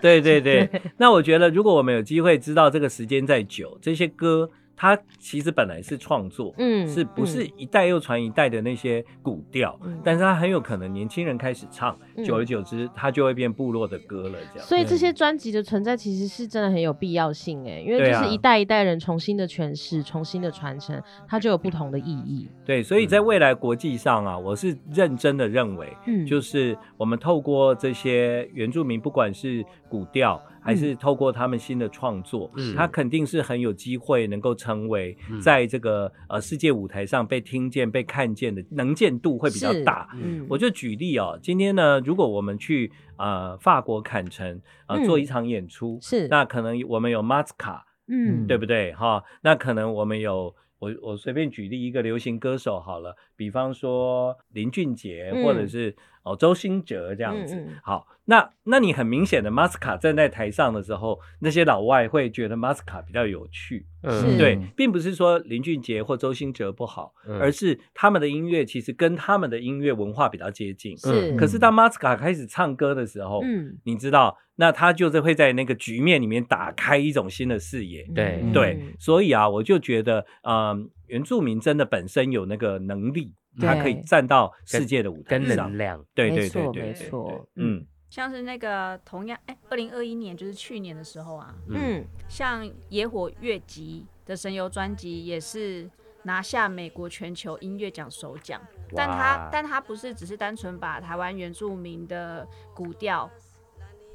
S1: 对对对。那我觉得，如果我们有机会知道这个时间再久，这些歌它其实本来是创作，
S4: 嗯
S1: 是不是一代又传一代的那些古调？
S4: 嗯
S1: 但是它很有可能年轻人开始唱，
S4: 嗯
S1: 久而久之，它就会变部落的歌了。这样，嗯
S4: 所以这些
S2: 嗯
S4: 专辑的存在其实是真的很有必要性哎、因为
S1: 对
S4: 就
S1: 啊
S4: 是一代一代人重新的诠释、重新的传承，它就有不同的意义。
S1: 对，所
S2: 嗯
S1: 以在未来国际上啊，我是认真的认为，
S4: 嗯
S1: 就是我们透过这些原住民，不管是古调还是
S4: 嗯
S1: 透过他们新的创作，
S2: 嗯
S1: 他肯定是很有机会能够成为
S2: 嗯
S1: 在这个呃世界舞台上被听见、被看见的能见度会比较
S4: 是
S1: 大。
S4: 嗯，
S1: 我就举例哦，今天呢，如果我们去呃法国坎城啊、呃
S4: 嗯
S1: 做一场演出，
S4: 是
S1: 那可能我们有 m a s c a
S4: 嗯
S1: 对不对？哈，那可能我们有我我随便举例一个流行歌手好了，比方说林俊杰、
S4: 嗯
S1: 或者是哦周兴哲这样子。
S4: 嗯嗯
S1: 好，那那你很明显的马斯卡站在台上的时候，那些老外会觉得马斯卡比较有趣，
S4: 是
S1: 对，并不是说林俊杰或周兴哲不好，
S2: 嗯
S1: 而是他们的音乐其实跟他们的音乐文化比较接近。
S4: 是，
S1: 可是当马斯卡开始唱歌的时候，
S4: 嗯，
S1: 你知道，那他就是会在那个局面里面打开一种新的视野。
S2: 对
S4: 嗯
S1: 对，所以啊，我就觉得，嗯，原住民真的本身有那个能力，他可以
S4: 对
S1: 站到世界的舞台
S2: 跟
S1: 上
S2: 能。量，
S1: 对
S4: 没
S1: 对对
S4: 错
S1: 对
S4: 没
S1: 对对
S4: 错，
S1: 嗯，
S6: 像是那个同样，哎，二零二一年就是去年的时候啊，
S2: 嗯
S4: 嗯，
S6: 像野火乐集的神游专辑也是拿下美国全球音乐奖首奖，但
S2: 哇
S6: 他但他不是只是单纯把台湾原住民的古调。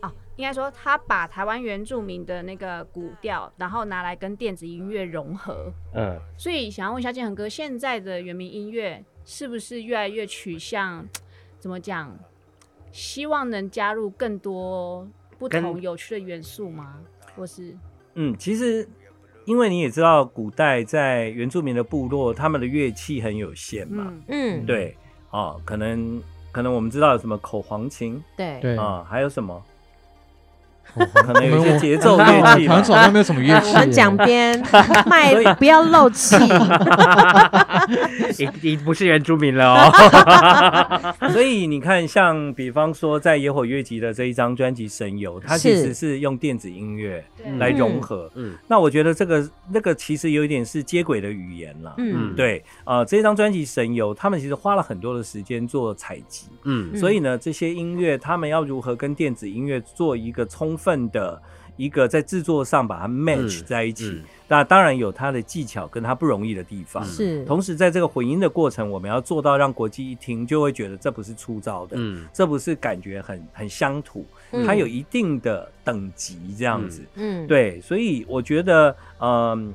S6: 啊，应该说他把台湾原住民的那个古调，然后拿来跟电子音乐融合，
S2: 嗯
S6: 所以想要问一下建恒哥，现在的原民音乐是不是越来越取向怎么讲？希望能加入更多不同
S2: 跟
S6: 有趣的元素吗？或是
S1: 嗯，其实因为你也知道，古代在原住民的部落，他们的乐器很有限嘛，
S6: 嗯
S4: 嗯，
S1: 对，哦，可能可能我们知道有什么口簧琴
S4: 对
S7: 对，
S1: 啊、还有什么，
S7: 我
S1: 可能有一些节奏
S7: 我们
S1: 乐器
S7: 我
S1: 吧
S7: 们。传统上没有什么乐器
S4: 我们呃讲 边
S1: 所以
S4: 卖不要漏 气，
S2: 已已不是原住民了哦，
S1: 所以你看，像比方说在野火乐集的这一张专辑《神游》，它其
S4: 是
S1: 实是用电子音乐
S6: 对
S1: 来融合。
S2: 嗯
S1: 那我觉得这个那个其实有一点是接轨的语言了。
S4: 嗯，
S1: 对，呃，这张专辑《神游》，他们其实花了很多的时间做采集，
S2: 嗯
S1: 所以呢，这些音乐他们要如何跟电子音乐做一个充分的一个在制作上把它 match
S2: 嗯
S1: 在一起？
S2: 嗯
S1: 那当然有它的技巧跟它不容易的地方。
S4: 是，
S1: 嗯同时，在这个混音的过程，我们要做到让国际一听就会觉得这不是粗糙的，
S2: 嗯
S1: 这不是感觉很很乡土，
S4: 嗯
S1: 它有一定的等级这样子。
S4: 嗯，
S1: 对，所以我觉得，嗯，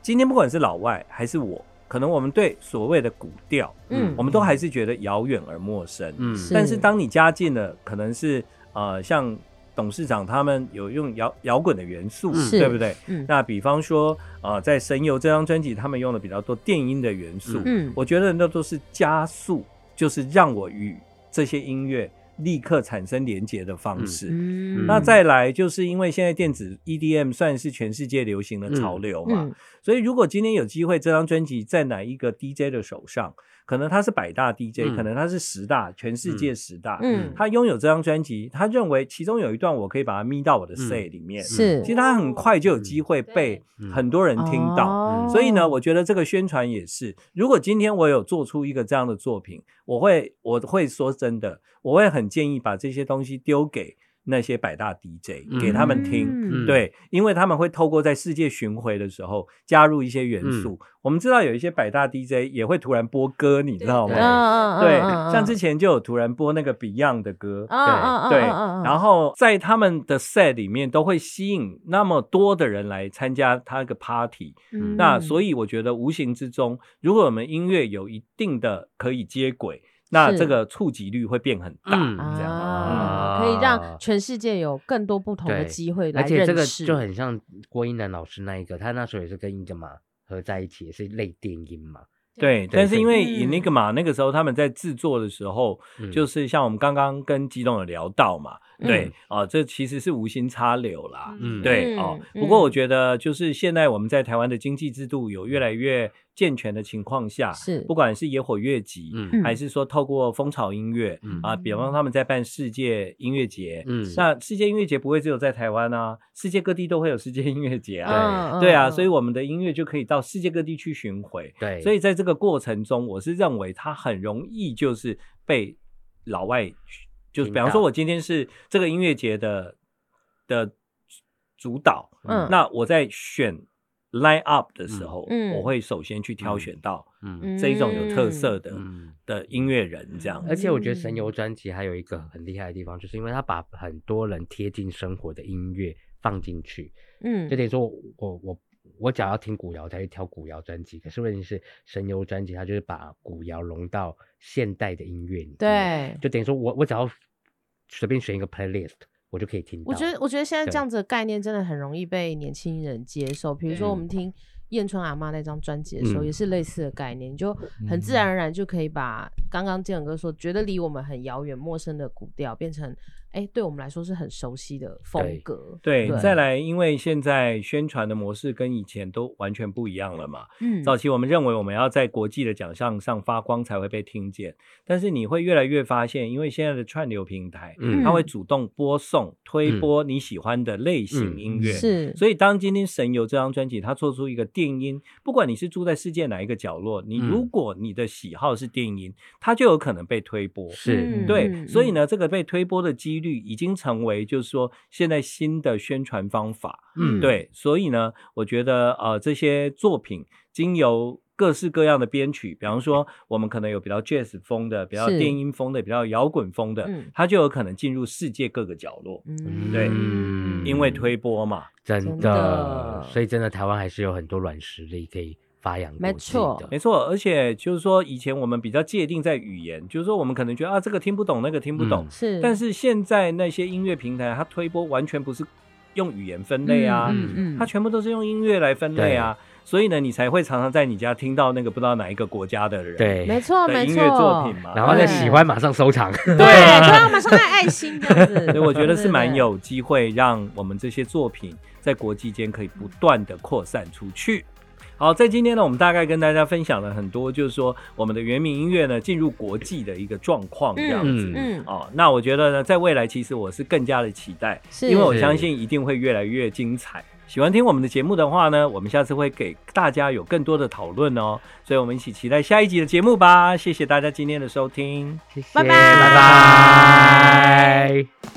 S1: 今天不管是老外还是我，可能我们对所谓的古调，
S4: 嗯，
S1: 我们都还是觉得遥远而陌生。
S2: 嗯
S4: 是
S1: 但是当你加进了，可能是呃，像董事长他们有用摇摇滚的元素，
S2: 是
S1: 对不对？
S4: 嗯
S1: 那比方说，呃，在《神游》这张专辑，他们用了比较多电音的元素，
S4: 嗯
S1: 我觉得那都是加速，就是让我与这些音乐立刻产生连接的方式。
S4: 嗯
S1: 那再来，就是因为现在电子 EDM 算是全世界流行的潮流嘛，
S4: 嗯
S1: 所以如果今天有机会，这张专辑在哪一个 DJ 的手上，可能他是百大 DJ，、
S2: 嗯
S1: 可能他是十大，全世界十大，
S4: 嗯
S1: 他拥有这张专辑，他认为其中有一段我可以把它咪到我的 say 里面，
S4: 嗯是
S1: 其实他很快就有机会被
S2: 嗯
S1: 很多人嗯听到。
S4: 哦
S1: 所以呢，我觉得这个宣传也是，如果今天我有做出一个这样的作品，我会我会说真的，我会很建议把这些东西丢给那些百大 DJ，、
S2: 嗯
S1: 给他们听。
S4: 嗯
S1: 对，因为他们会透过在世界巡回的时候加入一些元素。我们知道有一些百大 DJ 也会突然播歌，你知道
S6: 对
S1: 吗？
S4: 嗯嗯嗯，
S1: 对，
S4: 嗯
S1: 像之前就有突然播那个 Beyond 的歌，
S4: 嗯嗯嗯
S1: 对，
S4: 嗯嗯嗯
S1: 然后在他们的 set 里面都会吸引那么多的人来参加他个 party，、
S4: 嗯
S1: 那所以我觉得无形之中，如果我们音乐有一定的可以接轨，那
S4: 是
S1: 这个触及率会变很大，
S2: 嗯
S1: 这样。
S4: 啊，可以让全世界有更多不同的
S2: 对
S4: 机会来
S2: 而且这个
S4: 认识，
S2: 就很像郭英男老师那一个，他那时候也是跟一个嘛合在一起，也是类电音嘛，
S1: 对，
S2: 对
S1: 但是
S2: 所以
S1: 因为
S4: 嗯
S1: Enigma 那个时候他们在制作的时候，
S2: 嗯
S1: 就是像我们刚刚跟吉董有聊到嘛，对啊、这其实是无心插柳啦。
S2: 嗯
S1: 对
S4: 嗯
S1: 哦，
S4: 嗯
S1: 不过我觉得就是现在我们在台湾的经济制度有越来越健全的情况下，
S4: 是
S1: 不管是野火乐集，
S2: 嗯
S1: 还是说透过蜂巢音乐
S2: 嗯
S1: 啊，比方说他们在办世界音乐节，
S2: 嗯
S1: 那世界音乐节不会只有在台湾啊，世界各地都会有世界音乐节啊，
S4: 嗯
S1: 对啊，
S4: 嗯
S1: 所以我们的音乐就可以到世界各地去巡回，
S2: 对，
S1: 所以在这个过程中，我是认为它很容易就是被老外，就是
S2: 听
S1: 比方
S2: 到
S1: 说，我今天是这个音乐节的的主导，
S4: 嗯
S1: 那我在选 line up 的时候，
S3: 嗯
S1: 我会首先去挑选到
S2: 嗯
S1: 这一种有特色的、
S2: 嗯。
S1: 的音乐人，这样
S2: 而且我觉得神游专辑还有一个很厉害的地方，就是因为他把很多人贴近生活的音乐放进去，
S3: 嗯
S2: 就等于说我我我我只要听古谣，我才去挑古谣专辑。可是问题是，神游专辑它就是把古谣融到现代的音乐里面，，
S4: 对，
S2: 就等于说我我只要随便选一个 playlist，我就可以听到。
S4: 我觉得，我觉得现在
S2: 对
S4: 这样子的概念真的很容易被年轻人接受。比如说，我
S1: 嗯
S4: 们听燕春阿妈那张专辑的时候，
S2: 嗯
S4: 也是类似的概念，你就很自
S1: 嗯
S4: 然而然就可以把刚刚建勇哥说觉得离我们很遥远、陌生的古调，变成哎、对我们来说是很熟悉的风
S2: 对
S4: 格。
S1: 对，
S4: 对
S1: 再来，因为现在宣传的模式跟以前都完全不一样了嘛。
S3: 嗯
S1: 早期我们认为我们要在国际的奖项上发光才会被听见，但是你会越来越发现，因为现在的串流平台，
S2: 嗯
S1: 它会主动播送、推
S2: 嗯
S1: 播你喜欢的类型
S2: 嗯
S1: 音乐。
S4: 是，
S1: 所以，当今天神游这张专辑，它做出一个电音，不管你是住在世界哪一个角落，你
S2: 嗯
S1: 如果你的喜好是电音，它就有可能被推播。
S4: 嗯
S2: 是，
S1: 对，所以，呢，这个被推播的几率已经成为，就是说现在新的宣传方法。
S2: 嗯，
S1: 对，所以呢，我觉得呃，这些作品经由各式各样的编曲，比方说我们可能有比较 jazz 风的，比较
S4: 是
S1: 电音风的，比较摇滚风的，
S4: 嗯
S1: 它就有可能进入世界各个角落，
S4: 嗯
S1: 对
S2: 嗯
S1: 因为推播嘛。
S2: 真
S4: 真的
S2: 的，所以真的台湾还是有很多软实力可以发扬国
S4: 没
S2: 际
S4: 错
S2: 的
S1: 没错，而且就是说，以前我们比较界定在语言，就是说我们可能觉得啊，这个听不懂，那个听不懂
S2: 嗯。
S4: 是，
S1: 但是现在那些音乐平台，它推播完全不是用语言分类啊，
S3: 嗯
S1: 它全部都是用音乐来分类啊，所以呢，你才会常常在你家听到那个不知道哪一个国家的人
S2: 对，
S4: 没错，
S1: 的
S4: 没
S1: 音
S4: 错，
S1: 乐作品嘛。
S2: 然后再
S4: 对
S2: 喜欢马上收藏，
S4: 对，就要马上带爱心这样子。
S1: 所以我觉得
S4: 对
S1: 是蛮。
S4: 对对
S1: 有机会让我们这些作品在国际间可以不断的扩散出去。好，在今天呢，我们大概跟大家分享了很多，就是说我们的原民音乐呢进入国际的一个状况这样子。
S2: 嗯，
S4: 嗯，
S1: 哦，那我觉得呢，在未来其实我是更加的期待，
S4: 是
S1: 因为我相信一定会越来越精彩。喜欢听我们的节目的话呢，我们下次会给大家有更多的讨论哦，所以我们一起期待下一集的节目吧。谢谢大家今天的收听。
S2: 谢谢
S4: 拜拜
S2: 拜拜。